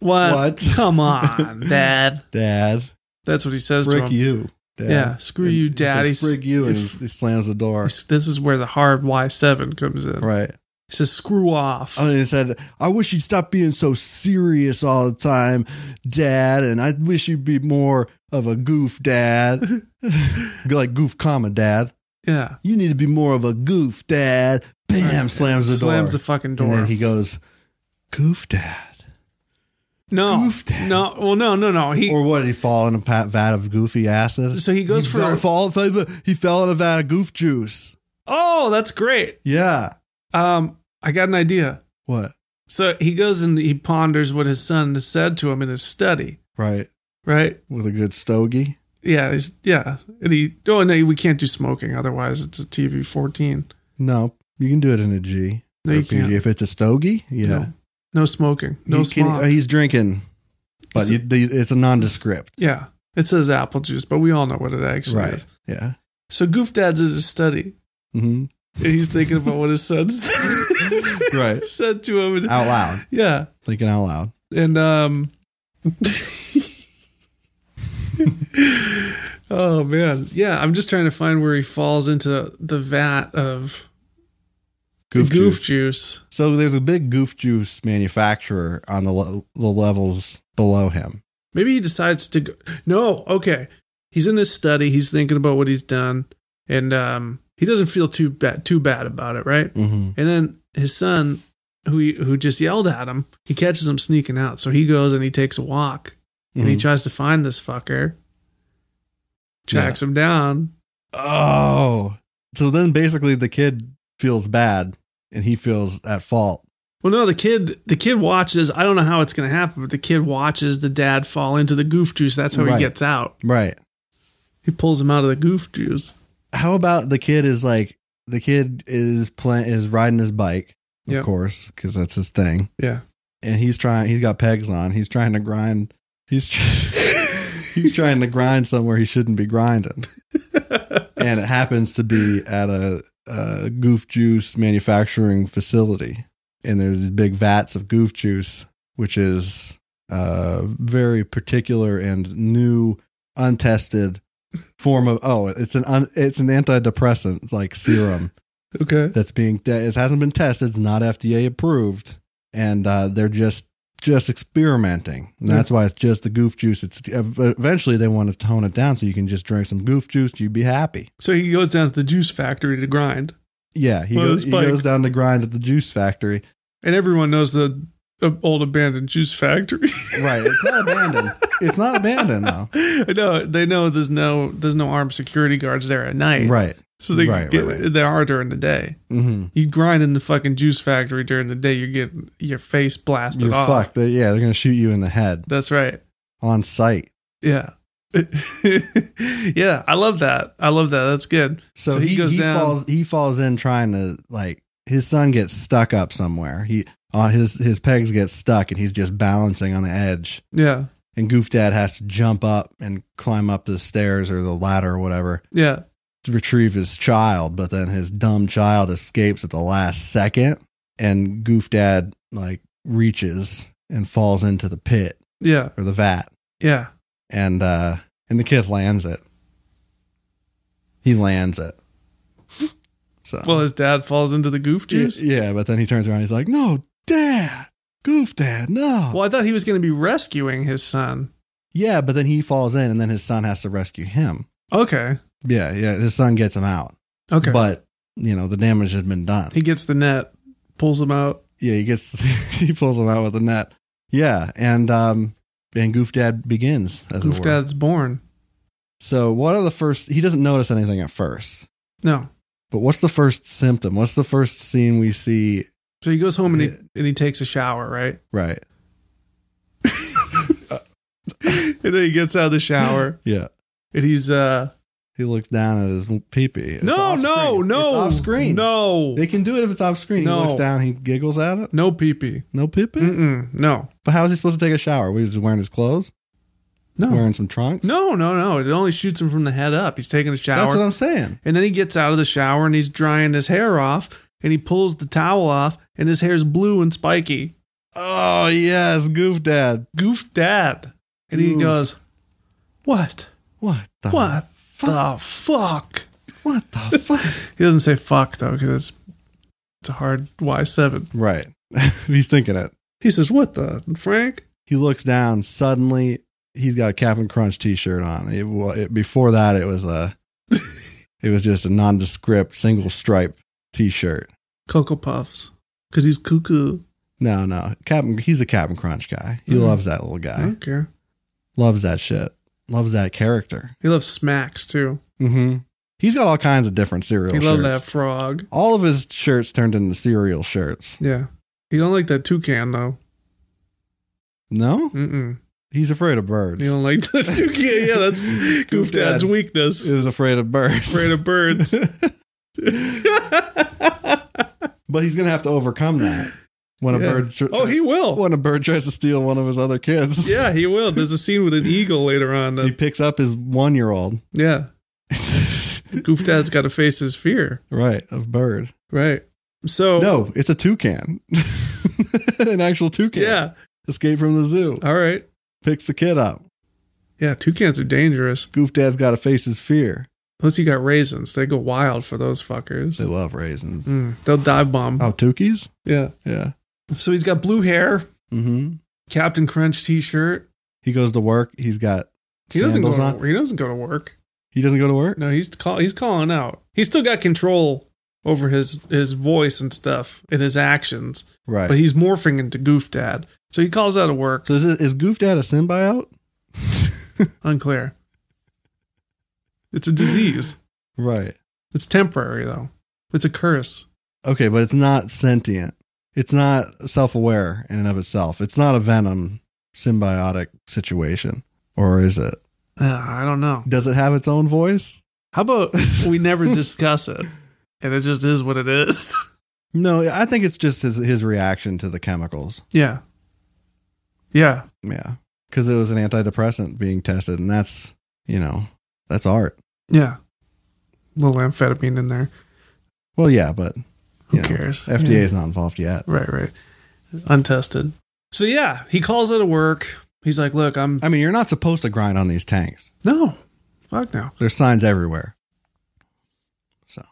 what?
What?
Come on, Dad."
Dad.
That's what he says to
Frick
him.
you. Dad.
Yeah, screw you,
And he says,
Dad. He's-
Frick you. And
if-
he slams the door.
This is where the hard Y7 comes in.
Right.
He says, screw off.
Oh, and he said, I wish you'd stop being so serious all the time, Dad. And I wish you'd be more of a goof, Dad. Be like goof, comma, Dad.
yeah.
You need to be more of a goof, Dad. Bam, slams the door.
Slams the fucking door.
And then he goes, goof, Dad.
no.
goofed at.
No. Well, no, no, no. He
or what did he fall in a pat- vat of goofy acid?
So he goes for-
fell, fall, fell- he fell in a vat of goof juice.
Oh, that's great.
Yeah.
Um, I got an idea.
What?
So he goes and he ponders what his son has said to him in his study,
Right.
right?
With a good stogie.
Yeah, he's, yeah. And he oh no, we can't do smoking, otherwise it's a TV fourteen.
No, you can do it in a G.
No,
Or
you
a PG.
can't.
If it's a stogie, yeah.
No, no smoking. No
You can-
smoke.
uh, he's drinking, but
It's a-
you, the, it's a nondescript.
yeah. It says apple juice, but we all know what it actually
Right.
is.
Yeah.
So Goof Dad's in his study.
hmm
and he's thinking about what his son
Right.
said to him. And,
Out loud.
yeah,
Thinking out loud.
and um, oh man, yeah. I'm just trying to find where he falls into the vat of
Goof,
goof, juice.
juice. So there's a big goof juice manufacturer on the, lo- the levels below him.
Maybe he decides to go. No, okay. He's in this study. He's thinking about what he's done, and um, he doesn't feel too bad too bad about it, right?
hmm
And then his son, who he, who just yelled at him, he catches him sneaking out. So he goes and he takes a walk and
Mm-hmm.
he tries to find this fucker, tracks him down.
Oh. So then basically the kid feels bad and he feels at fault.
Well, no, the kid the kid watches. I don't know how it's going to happen, but the kid watches the dad fall into the goof juice. That's how
Right.
he gets out.
Right.
He pulls him out of the goof juice.
How about the kid is like, the kid is playing, is riding his bike, of
Yep.
course, because that's his thing.
Yeah,
and he's trying he's got pegs on he's trying to grind he's he's trying to grind somewhere he shouldn't be grinding and it happens to be at a, a goof juice manufacturing facility and there's these big vats of goof juice which is a very particular and new untested form of oh it's an un, it's an antidepressant like serum
okay.
that's being that it hasn't been tested. It's not FDA approved, and uh, they're just just experimenting. And that's why it's just the goof juice. It's eventually they want to tone it down so you can just drink some goof juice. You'd be happy.
So he goes down to the juice factory to grind,
Yeah, he,
Well,
goes,
it's
he
like-
goes down to grind at the juice factory.
and everyone knows the uh, old abandoned juice factory.
Right, it's not abandoned. It's not abandoned though.
no, they know there's no there's no armed security guards there at night,
Right.
So they
Right,
get
right, right.
they are during the day.
Mm-hmm.
You grind in the fucking juice factory during the day, you're getting your face blasted
You're
off.
fucked. They, yeah, they're gonna shoot you in the head
That's right.
on site.
Yeah. yeah, I love that. I love that. That's good.
So, he, goes
down.
Falls, he falls in trying to like his son gets stuck up somewhere. He on his his pegs get stuck and he's just balancing on the edge.
Yeah.
And Goof Dad has to jump up and climb up the stairs or the ladder or whatever
Yeah.
to retrieve his child. But then his dumb child escapes at the last second, and Goof Dad like reaches and falls into the pit
Yeah.
or the vat,
Yeah.
and uh, and the kid lands it. He lands it. So
Well, his dad falls into the goof
yeah,
juice.
yeah, but then he turns around. he's like, "No, Dad, Goof, Dad, no."
Well, I thought he was going to be rescuing his son.
Yeah, but then he falls in, and then his son has to rescue him.
Okay.
Yeah, yeah, his son gets him out.
Okay.
But you know the damage had been done.
he gets the net, pulls him out.
yeah, he gets he pulls him out with a net. Yeah, and um and Goof Dad begins as
Goof
it were.
Dad's born.
So what are the first? He doesn't notice anything at first,
No.
but what's the first symptom? What's the first scene we see?
So he goes home and he,
Yeah.
and he takes a shower, right?
Right.
And then he gets out of the shower
Yeah.
and he's uh
He looks down at his peepee. It's
no
off
no
screen.
no
It's off screen.
no
They can do it if it's off screen.
No. Mm.
He looks down. He giggles at it.
no pee pee
No peepee.
Mm-mm. no
But how is he supposed to take a shower? Was he wearing his clothes?
no
Wearing some trunks?
no no no it only shoots him from the head up he's taking a
That's what
shower
I'm saying.
and then he gets out of the shower and he's drying his hair off and he pulls the towel off and his hair's blue and spiky
Oh yes, Goof Dad.
goof dad and he
Oof.
goes what
What the?
what
fuck?
the fuck
What the fuck?
he doesn't say fuck though because it's it's a hard Y seven
Right. he's thinking it.
he says what the Frank
He looks down. Suddenly, he's got a Captain Crunch T-shirt on. It, wa- it, before that, it was a, it was just a nondescript single stripe T-shirt.
Cocoa Puffs because he's cuckoo
No, no, Captain. He's a Captain Crunch guy. He
Mhm.
loves that little guy.
I don't care. Mm-hmm.
Loves that shit. Loves that character.
He loves smacks too.
Mm-hmm. He's got all kinds of different cereal
he
shirts.
loved that frog.
All of his shirts turned into cereal shirts.
Yeah. He don't like that toucan though.
No,
Mm-mm.
he's afraid of birds.
He don't like that toucan. Yeah, that's Goof
Goof
Dad's
Dad.
weakness.
is afraid of birds.
Afraid of birds.
But he's gonna have to overcome that when a
Yeah.
bird.
oh, he will.
when a bird tries to steal one of his other kids.
Yeah, he will. There's a scene with an eagle later on.
He
That,
picks up his one year old.
yeah. Goof Dad's got to face his fear.
right, of bird.
Right. So,
No, it's a toucan. An actual toucan.
yeah. Oh.
Escape from the zoo.
All right.
Picks the kid up.
Yeah, toucans are dangerous.
Goof Dad's gotta face his fear.
Unless you got raisins. They go wild for those fuckers.
They love raisins.
Mm, they'll dive bomb.
Oh, toukies?
Yeah.
Yeah.
So he's got blue hair,
Mm-hmm.
Captain Crunch t-shirt.
He goes to work. He's got
He doesn't go
sandals
to,
on.
he doesn't go to work.
He doesn't go to work?
No, he's call, he's calling out. He's still got control over his his voice and stuff and his actions,
Right.
but he's morphing into Goof Dad. So he calls out of work.
so is, it, is Goof Dad a symbiote?
Unclear. It's a disease.
right.
It's temporary though. It's a curse.
Okay, but it's not sentient. It's not self aware in and of itself. It's not a venom symbiotic situation. Or is it?
Uh, I don't know.
Does it have its own voice?
How about we never discuss it, and it just is what it is.
No, I think it's just his, his reaction to the chemicals.
yeah. Yeah.
Yeah. Because it was an antidepressant being tested, and that's, you know, that's art.
Yeah. Little amphetamine in there.
Well, yeah, but
Who
you know,
cares?
FDA
Yeah.
is not involved yet.
Right, right. Untested. So yeah, he calls out of work. He's like, "Look, I'm
I mean, you're not supposed to grind on these tanks,
no, fuck no."
there's signs everywhere. So,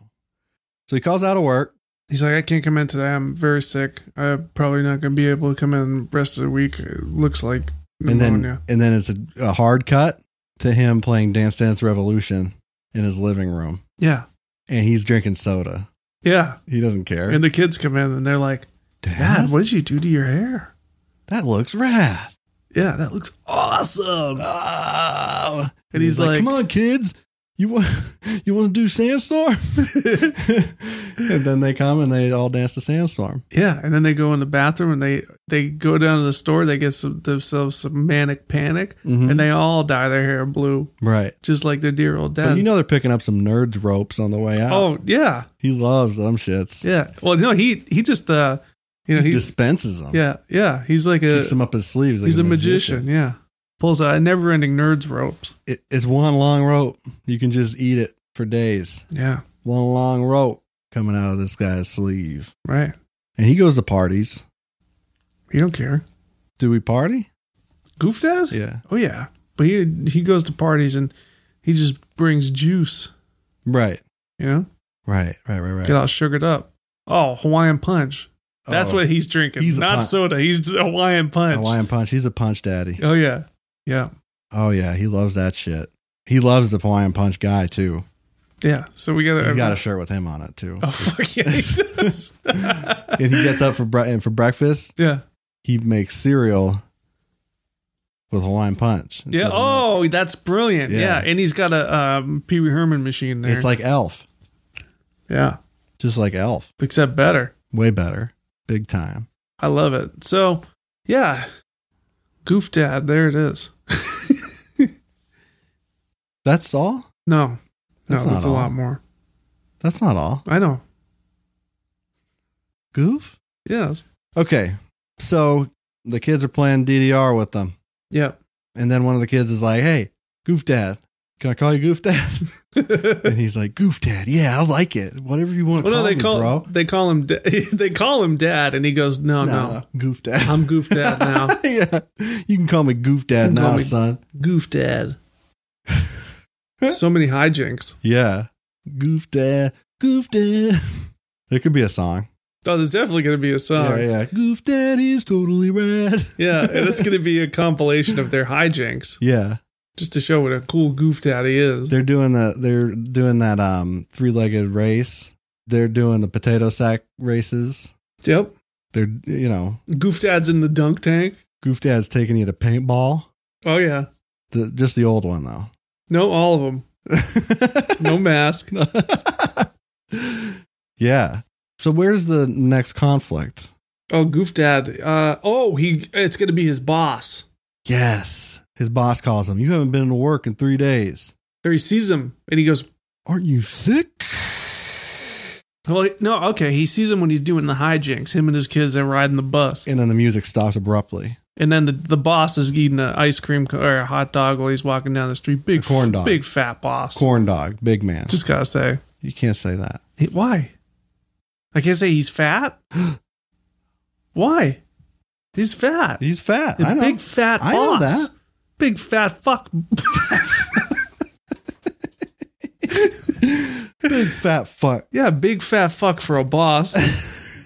so he calls out of work.
He's like, "I can't come in today. I'm very sick. I'm probably not going to be able to come in the rest of the week. It looks like
and
pneumonia."
then and then it's a, a hard cut to him playing Dance Dance Revolution in his living room,
yeah,
and he's drinking soda.
yeah.
He doesn't care.
And the kids come in and they're like, "Dad,
Dad,
what did you do to your hair?"
that looks rad.
Yeah, that looks awesome.
Oh. And,
he's like-
"Come on, kids, you want you want to do Sandstorm?" and then they come and they all dance to Sandstorm.
Yeah, and then they go in the bathroom and they they go down to the store. They get some, themselves some manic panic,
Mhm.
and they all dye their hair blue,
Right.
just like their dear old dad.
But you know they're picking up some nerds ropes on the way out.
Oh yeah,
He loves them shits.
yeah. Well, no, he he just uh, you know
he
he
dispenses them.
yeah yeah he's like a
Keeps them up his sleeves. like
he's a magician. yeah. Pulls out a never-ending nerds ropes.
it, it's one long rope. You can just eat it for days.
Yeah,
One long rope coming out of this guy's sleeve.
right.
And he goes to parties.
He don't care.
Do we party?
Goof dad.
Yeah.
Oh yeah, but he he goes to parties and he just brings juice.
Right.
You know,
Right, right, right, right.
Get all sugared up. Oh, Hawaiian punch. That's
Oh,
what he's drinking.
He's a
not
pun-
soda. He's Hawaiian punch.
Hawaiian punch. He's a punch daddy.
Oh yeah, yeah,
Oh yeah, he loves that shit. He loves the Hawaiian punch guy too.
yeah. So we gotta.
He's got a shirt with him on it too.
oh fuck yeah, he does.
If he gets up for bre- and for breakfast,
yeah,
he makes cereal with Hawaiian punch. It's
yeah.
like-
Oh, that's brilliant. Yeah.
Yeah.
and he's got a um, Pee Wee Herman machine there.
it's like Elf,
yeah,
just like Elf,
except better.
way better, big time.
I love it. So yeah, Goof Dad. There it is.
That's all.
No, no,
That's
that's,
not
a
all.
lot more.
That's not all.
I know.
Goof.
Yes.
Okay, so the kids are playing DDR with them,
Yeah.
and then one of the kids is like, "Hey, Goof Dad, can I call you Goof Dad?"
well,
And he's like, "Goof Dad, yeah, I like it. Whatever you want to
no,
call
they
me,
call
bro."
they call him da- they call him Dad, and he goes, no, no,
Goof Dad.
I'm Goof Dad now.
yeah, you can call me Goof Dad
You can call
now,
me-
son.
Goof Dad. so many hijinks.
Yeah, Goof Dad, Goof Dad. There could be a song.
Oh, there's definitely going to be a song.
yeah,
Yeah,
yeah. Goof Dad is totally rad.
and it's going to be a compilation of their hijinks
yeah,
just to show what a cool goof daddy is.
they're doing the they're doing that um three legged race. They're doing the potato sack races.
Yep.
They're you know
Goof dad's in the dunk tank.
Goof Dad's taking you to paintball.
Oh, yeah.
The, just the old one though.
No, all of them. No mask.
yeah. So where's the next conflict?
Oh, goof dad. Uh, oh, he. it's going to be his boss.
Yes. His boss calls him. You haven't been to work in three days.
Or he sees him and he goes,
Aren't you sick?
well, "Oh, no, okay. He sees him when he's doing the hijinks. Him and his kids, they're riding the bus.
And then the music stops abruptly.
And then the, the boss is eating an ice cream co- or a hot dog while he's walking down the street. Big
A corn dog.
Big fat boss.
Corn dog, big man.
Just got to say.
you can't say that.
Hey, Why? I can't say he's fat. Why? He's fat.
He's fat.
The
I know.
Big fat boss.
I know that.
Big fat fuck.
Big fat fuck.
yeah, big fat fuck for a boss.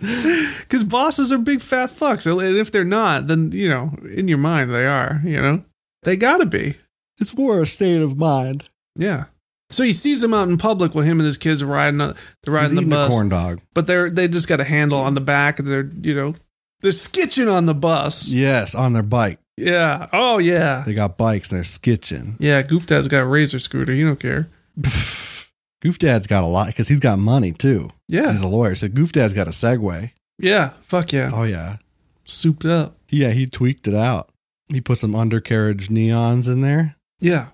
Because bosses are big fat fucks, and if they're not, then you know, in your mind they are. You know, they gotta be.
It's more a state of mind.
Yeah. So he sees him out in public with him and his kids are riding. The, they're
He's
riding the
eating
bus.
a corn dog.
but they're they just got a handle on the back and they're you know they're skitching on the bus
Yes, on their bike.
yeah oh yeah
They got bikes and they're skitching.
yeah goof dad's got a razor scooter you don't care
Goof Dad's got a lot because he's got money too.
yeah
He's a lawyer, so Goof Dad's got a Segway.
yeah fuck yeah
Oh yeah,
souped up
yeah. He tweaked it out. He put some undercarriage neons in there.
yeah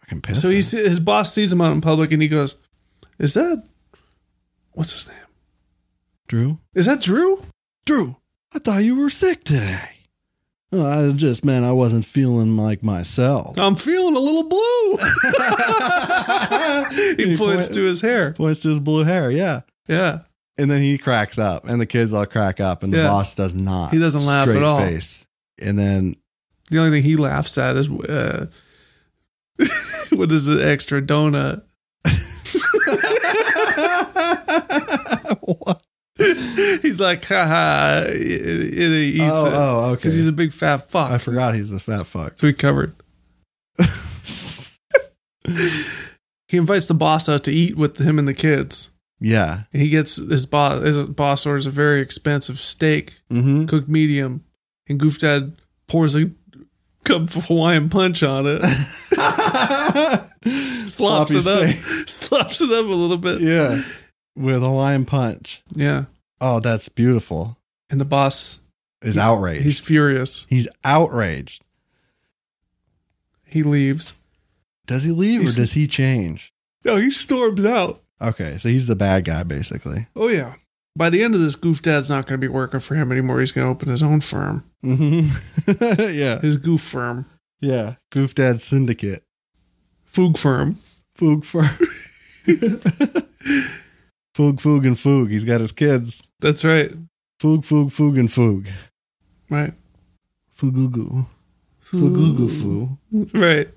Fucking piss.
so he see, his boss sees him out in public and he goes is that what's his name
Drew.
is that drew
Drew, I thought you were sick today. Oh, I just meant I wasn't feeling like myself.
i'm feeling a little blue he
He
points
point-
to his hair
Points to his blue hair. Yeah.
yeah
And then he cracks up, and the kids all crack up, and the
Yeah.
boss does not.
He doesn't laugh at
Straight
all.
Face. And then
the only thing he laughs at is uh, what is an extra donut
what?
he's like, haha, and he eats
oh,
it
oh, okay.
because he's a big fat fuck.
I forgot he's a fat fuck.
so we covered. He invites the boss out to eat with him and the kids.
yeah.
And he gets his boss. His boss orders a very expensive steak,
Mm-hmm.
cooked medium, and Goof Dad pours a cup of Hawaiian punch on it, slops it up, slops it up a little bit.
Yeah. With a lion punch.
Yeah.
Oh, that's beautiful.
And the boss,
Is outraged.
he's
He's,
furious.
outraged.
He leaves.
Does he leave
He's-
or does he change?
No, he storms out.
Okay, so he's the bad guy basically.
Oh yeah. By the end of this, Goof Dad's not going to be working for him anymore. He's going to open his own firm,
Mm-hmm. yeah.
his Goof firm,
Yeah. Goof Dad Syndicate.
Foog firm.
Foog for Foog Foog and Foog. He's got his kids.
That's right.
Foog Foog Foog and Foog.
Right.
Foogoo. Foogoo Foo.
Right.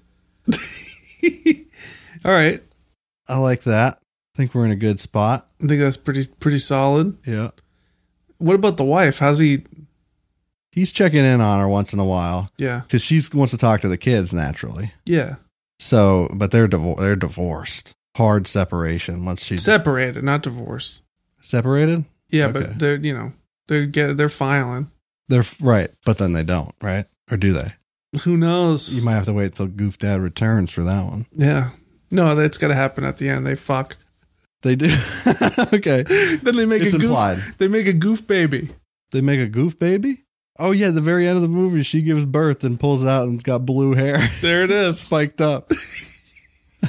All right.
I like that. I think we're in a good spot.
I think that's pretty pretty solid.
Yeah.
What about the wife? How's he?
He's checking in on her once in a while
Yeah,
because she wants to talk to the kids naturally.
yeah.
So, but they're divor- they're divorced. Hard separation once she's
Separated, not divorce.
separated.
Yeah,
Okay.
but they're you know they're get they're filing.
They're right, but then they don't, right? Or do they?
Who knows?
You might have to wait till Goof Dad returns for that one.
yeah. No, that's got to happen at the end. They fuck.
They do. okay.
then they make
It's
a goof.
implied.
They make a goof baby.
They make a goof baby? Oh yeah, the very end of the movie she gives birth and pulls out and it's got blue hair
There it is.
spiked up.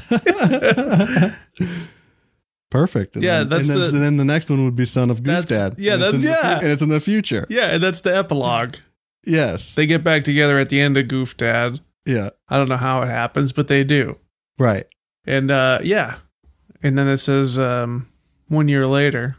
Perfect. And
Yeah,
then,
that's
and then,
the-
and then the next one would be Son of Goof
That's-
Dad.
yeah,
and it's
that's-
in the fu-
yeah.
and it's in the future.
Yeah, and that's the epilogue.
Yes.
They get back together at the end of Goof Dad.
yeah.
I don't know how it happens, but they do.
Right.
And uh yeah. And then it says um one year later.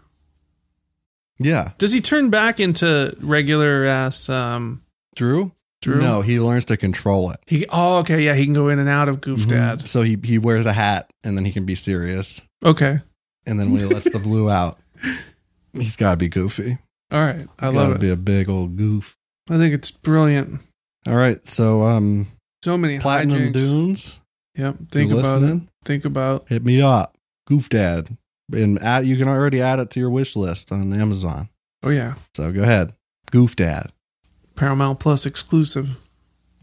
Yeah.
Does he turn back into regular ass um
Drew?
Drew?
No, he learns to control it.
he oh okay, yeah, he can go in and out of Goof
Mhm.
Dad.
So he, he wears a hat and then he can be serious.
Okay.
And then when he lets the blue out, he's gotta be goofy.
All right. I
gotta
love it.
be a big old goof.
I think it's brilliant.
All right, so um,
So many
Platinum
hijinks.
Dunes.
Yep. Think
you
about
listening?
it. Think about
Hit me up, Goof Dad, and add, you can already add it to your wish list on Amazon.
Oh yeah.
So go ahead, Goof Dad.
Paramount Plus exclusive.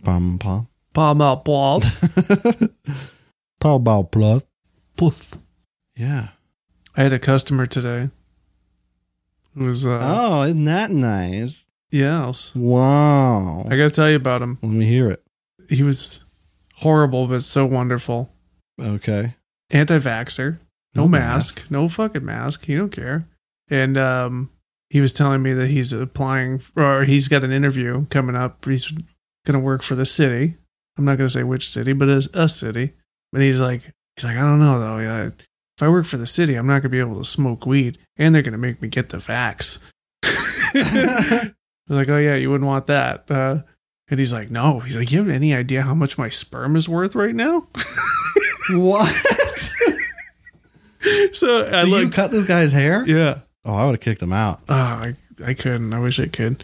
Pom pom.
Paramount Plus.
Pow bow plus. Poof. Yeah.
I had a customer today who was uh
Oh, isn't that nice?
yes.
Wow.
I gotta tell you about him.
Let me hear it.
He was horrible but so wonderful.
Okay.
anti-vaxxer, no,
No
mask, no fucking mask. He don't care. And um, he was telling me that he's applying or he's got an interview coming up. He's gonna work for the city. I'm not gonna say which city, but it's a city. And he's like, he's like, I don't know though. Yeah, if I work for the city, I'm not gonna be able to smoke weed, and they're gonna make me get the vax. They're like, oh yeah, you wouldn't want that. Uh, and he's like, no. He's like, you have any idea how much my sperm is worth right now?
What?
so I
Did you
looked.
cut this guy's hair?
yeah.
Oh, I would have kicked him out.
Oh, I, I couldn't. I wish I could.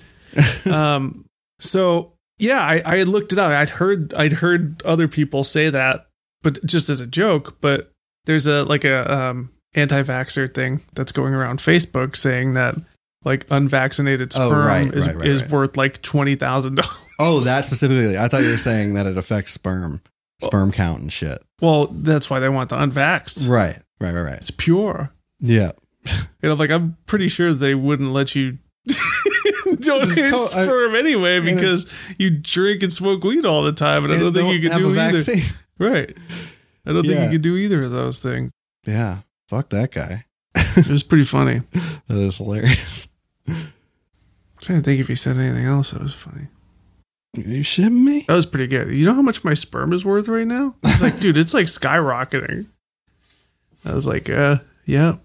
um, so yeah, I, I had looked it up. I'd heard I'd heard other people say that, but just as a joke. But there's a like a um anti-vaxxer thing that's going around Facebook saying that like unvaccinated
Oh,
sperm
right,
is
right, right,
is
right.
worth like twenty thousand dollars.
Oh, that specifically. I thought you were saying that it affects sperm,
Oh.
sperm count and shit.
Well, that's why they want the unvaxxed.
Right. Right. Right. Right.
It's pure.
Yeah.
And I'm like, I'm pretty sure they wouldn't let you donate
to- I-
sperm anyway
and it's-
because you drink and smoke weed all the time, and I don't
And
think you can
have
do
a
either.
vaccine.
Right. I don't
Yeah.
think you could do either of those things.
Yeah. Fuck that guy.
It was pretty funny. I'm
That is hilarious.
trying to think if he said anything else that was funny.
you shitting me?
That was pretty good. You know how much my sperm is worth right now? It's like, dude, it's like skyrocketing. I was like, uh, yeah.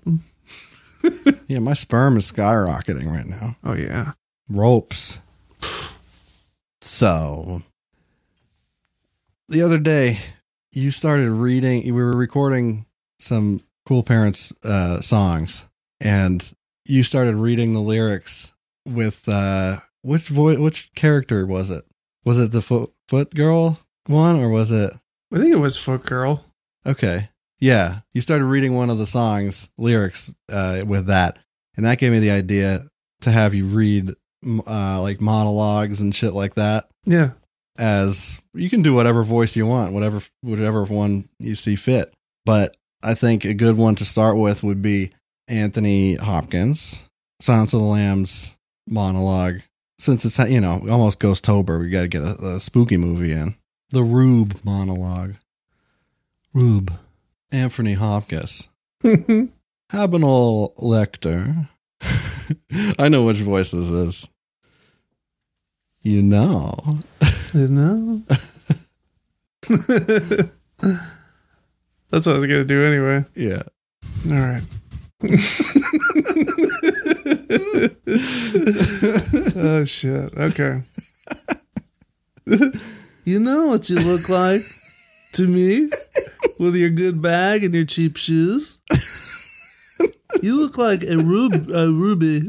Yeah, my sperm is skyrocketing right now.
Oh yeah.
Ropes. So the other day you started reading we were recording some cool parents uh songs and you started reading the lyrics with uh which voice which character was it? Was it the foot foot girl one or was it
I think it was Foot Girl.
Okay. Yeah. You started reading one of the songs lyrics uh, with that. And that gave me the idea to have you read m- uh, like monologues and shit like that
Yeah.
as you can do whatever voice you want, whatever, whatever one you see fit. But I think a good one to start with would be Anthony Hopkins, Silence of the Lambs monologue. Since it's, you know, almost Ghostober, we got to get a, a spooky movie in. The Rube monologue. Rube. Anthony Hopkins. Habinal Lecter. I know which voice this is. You know.
no. That's what I was gonna do anyway.
Yeah.
All right. oh shit. Okay. you know what you look like to me? with your good bag and your cheap shoes. you look like a, rub- a ruby.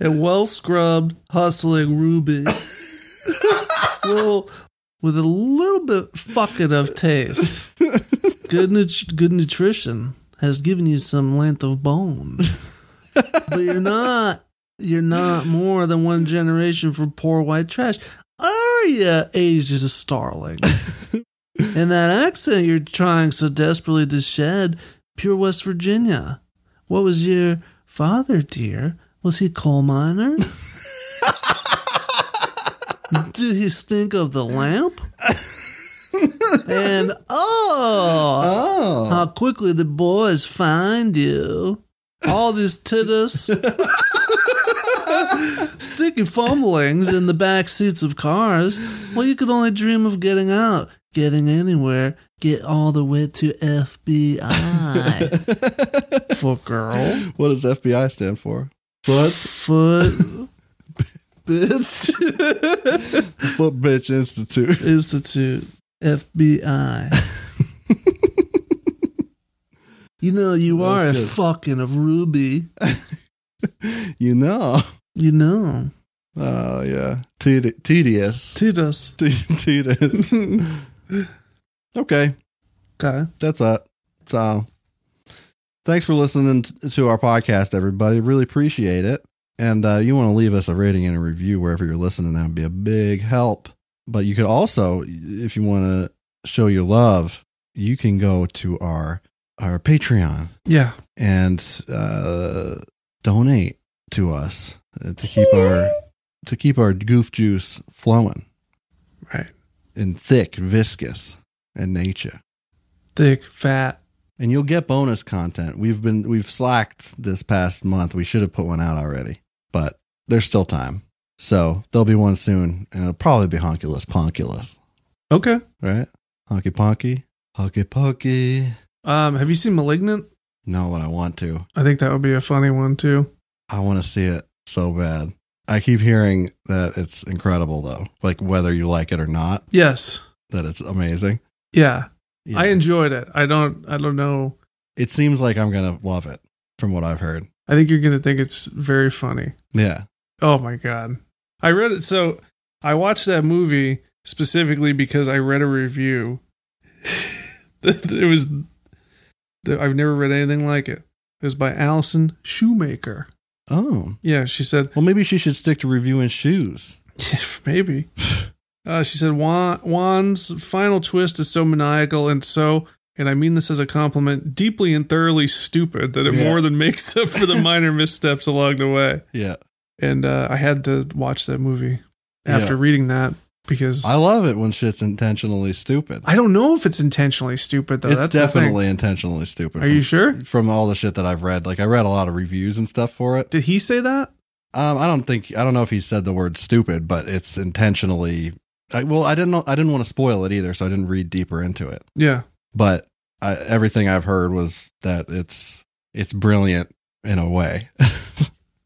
a well scrubbed, hustling ruby. well, with a little bit fucking of taste. Good, nut- good nutrition has given you some length of bone. but you're not you're not more than one generation from poor white trash. Are you aged as a starling? and that accent you're trying so desperately to shed, pure West Virginia. What was your father, dear? Was he coal miner? Did he stink of the lamp? and oh,
Oh.
how quickly the boys find you. All these titters, sticky fumblings in the back seats of cars. Well, you could only dream of getting out, getting anywhere, get all the way to FBI. Foot girl.
What does FBI stand for? Foot,
Foot. Bitch.
Foot Bitch Institute.
Institute, FBI. you know, you
That
are a
was good.
fucking of Ruby.
You know.
You know.
Oh, yeah. Tedi- tedious.
Titus.
Te- tedious. okay.
Okay.
That's it. So thanks for listening t- to our podcast, everybody. Really appreciate it. And uh, you want to leave us a rating and a review wherever you're listening. That would be a big help. But you could also, if you want to show your love, you can go to our our Patreon
Yeah.
and uh, donate to us uh, to keep our to keep our goof juice flowing
Right.
and thick, viscous, in nature.
Thick, fat.
And you'll get bonus content. We've been we've slacked this past month. We should have put one out already, but there's still time. So there'll be one soon, and it'll probably be honkulus ponkulus,
Okay.
right? Honky ponky, honky ponky.
Um, have you seen Malignant?
No, what I want to.
I think that would be a funny one too.
I want to see it so bad. I keep hearing that it's incredible, though. Like whether you like it or not,
Yes.
that it's amazing.
Yeah.
Yeah.
I enjoyed it. I don't I don't know.
it seems like I'm gonna love it from what I've heard.
I think you're gonna think it's very funny.
Yeah.
Oh my god. I read it so I watched that movie specifically because I read a review. it was I've never read anything like it. It was by Allison Shoemaker.
Oh.
Yeah, she said
Well, maybe she should stick to reviewing shoes.
maybe. Uh, she said Juan, Juan's final twist is so maniacal and so and I mean this as a compliment, deeply and thoroughly stupid that it
Yeah.
more than makes up for the minor missteps along the way.
Yeah.
and uh, I had to watch that movie
Yeah.
after reading that because
I
I,
love it when shit's intentionally stupid.
don't know if it's intentionally stupid though.
it's
That's the thing.
definitely Mm-hmm. intentionally stupid.
Are
from,
you sure?
From all the shit that I've read, like I read a lot of reviews and stuff for it.
Did he say that?
Um, I don't think I don't know if he said the word stupid, but it's intentionally. I, well, I didn't know, I didn't want to spoil it either, so I didn't read deeper into it.
Yeah.
But I, everything I've heard was that it's it's brilliant in a way.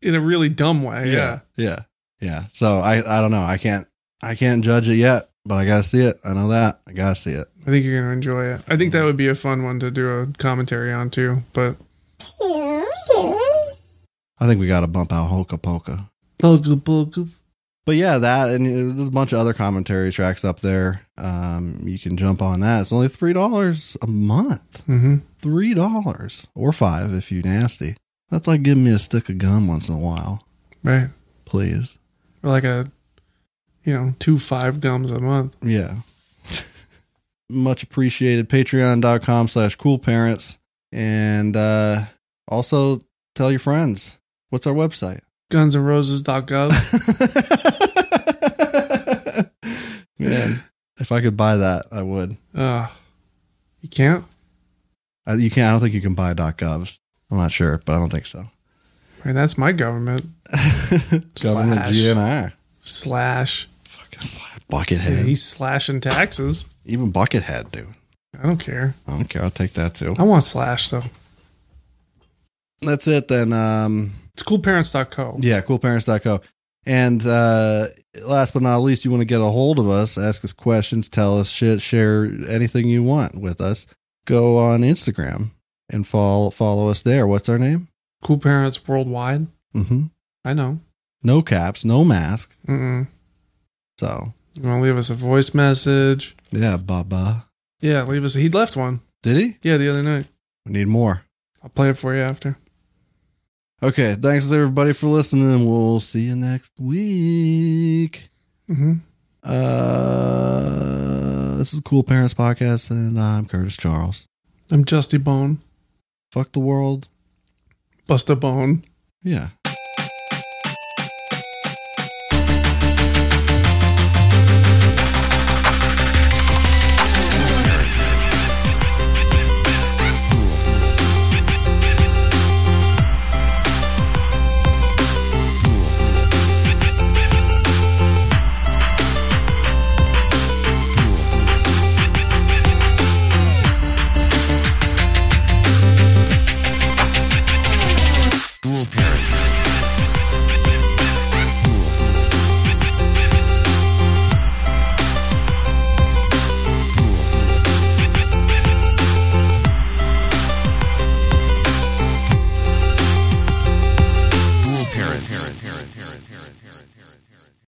In a really dumb way. Yeah.
yeah, yeah. So I I don't know. I can't I can't judge it yet, but I gotta see it. I know that I gotta see it.
I think you're going to enjoy it. I think
Mm-hmm.
that would be a fun one to do a commentary on too, but
I think we gotta bump out Hoka Poka. But yeah, that and uh, there's a bunch of other commentary tracks up there. Um, you can jump on that. It's only three dollars a month.
Mhm.
Three dollars or five if you nasty. That's like giving me a stick of gum once in a while,
Right.
please.
Or like a you know, two five gums a month.
Yeah. Much appreciated. Patreon.com slash cool parents. And uh, also tell your friends. What's our website?
Gunsandroses.gov.
Man, if I could buy that, I would.
uh You can't?
I, you can't. I don't think you can buy .govs. I'm not sure, but I don't think so.
I mean, that's my government
Government
Slash.
GNI.
slash.
Fucking slash buckethead.
Yeah, he's slashing taxes.
Even buckethead, dude.
I don't care.
I don't care. I'll take that too.
I want slash though.
That's it then. Um,
It's coolparents.co.
Yeah, coolparents.co. And uh, last but not least, you want to get a hold of us, ask us questions, tell us shit, share anything you want with us. Go on Instagram and follow follow us there. What's our name?
Cool parents worldwide.
Mm-hmm.
I know.
No caps, no mask.
Mm-mm.
So
You want to leave us a voice message?
yeah, Baba.
Yeah, leave us. He left one.
Did he?
Yeah, the other night.
We need more.
I'll play it for you after.
Okay, thanks everybody for listening. We'll see you next week.
Mm-hmm.
Uh, this is Cool Parents Podcast, and I'm Curtis Charles.
I'm Justy Bone.
Fuck the world.
Bust a bone.
Yeah.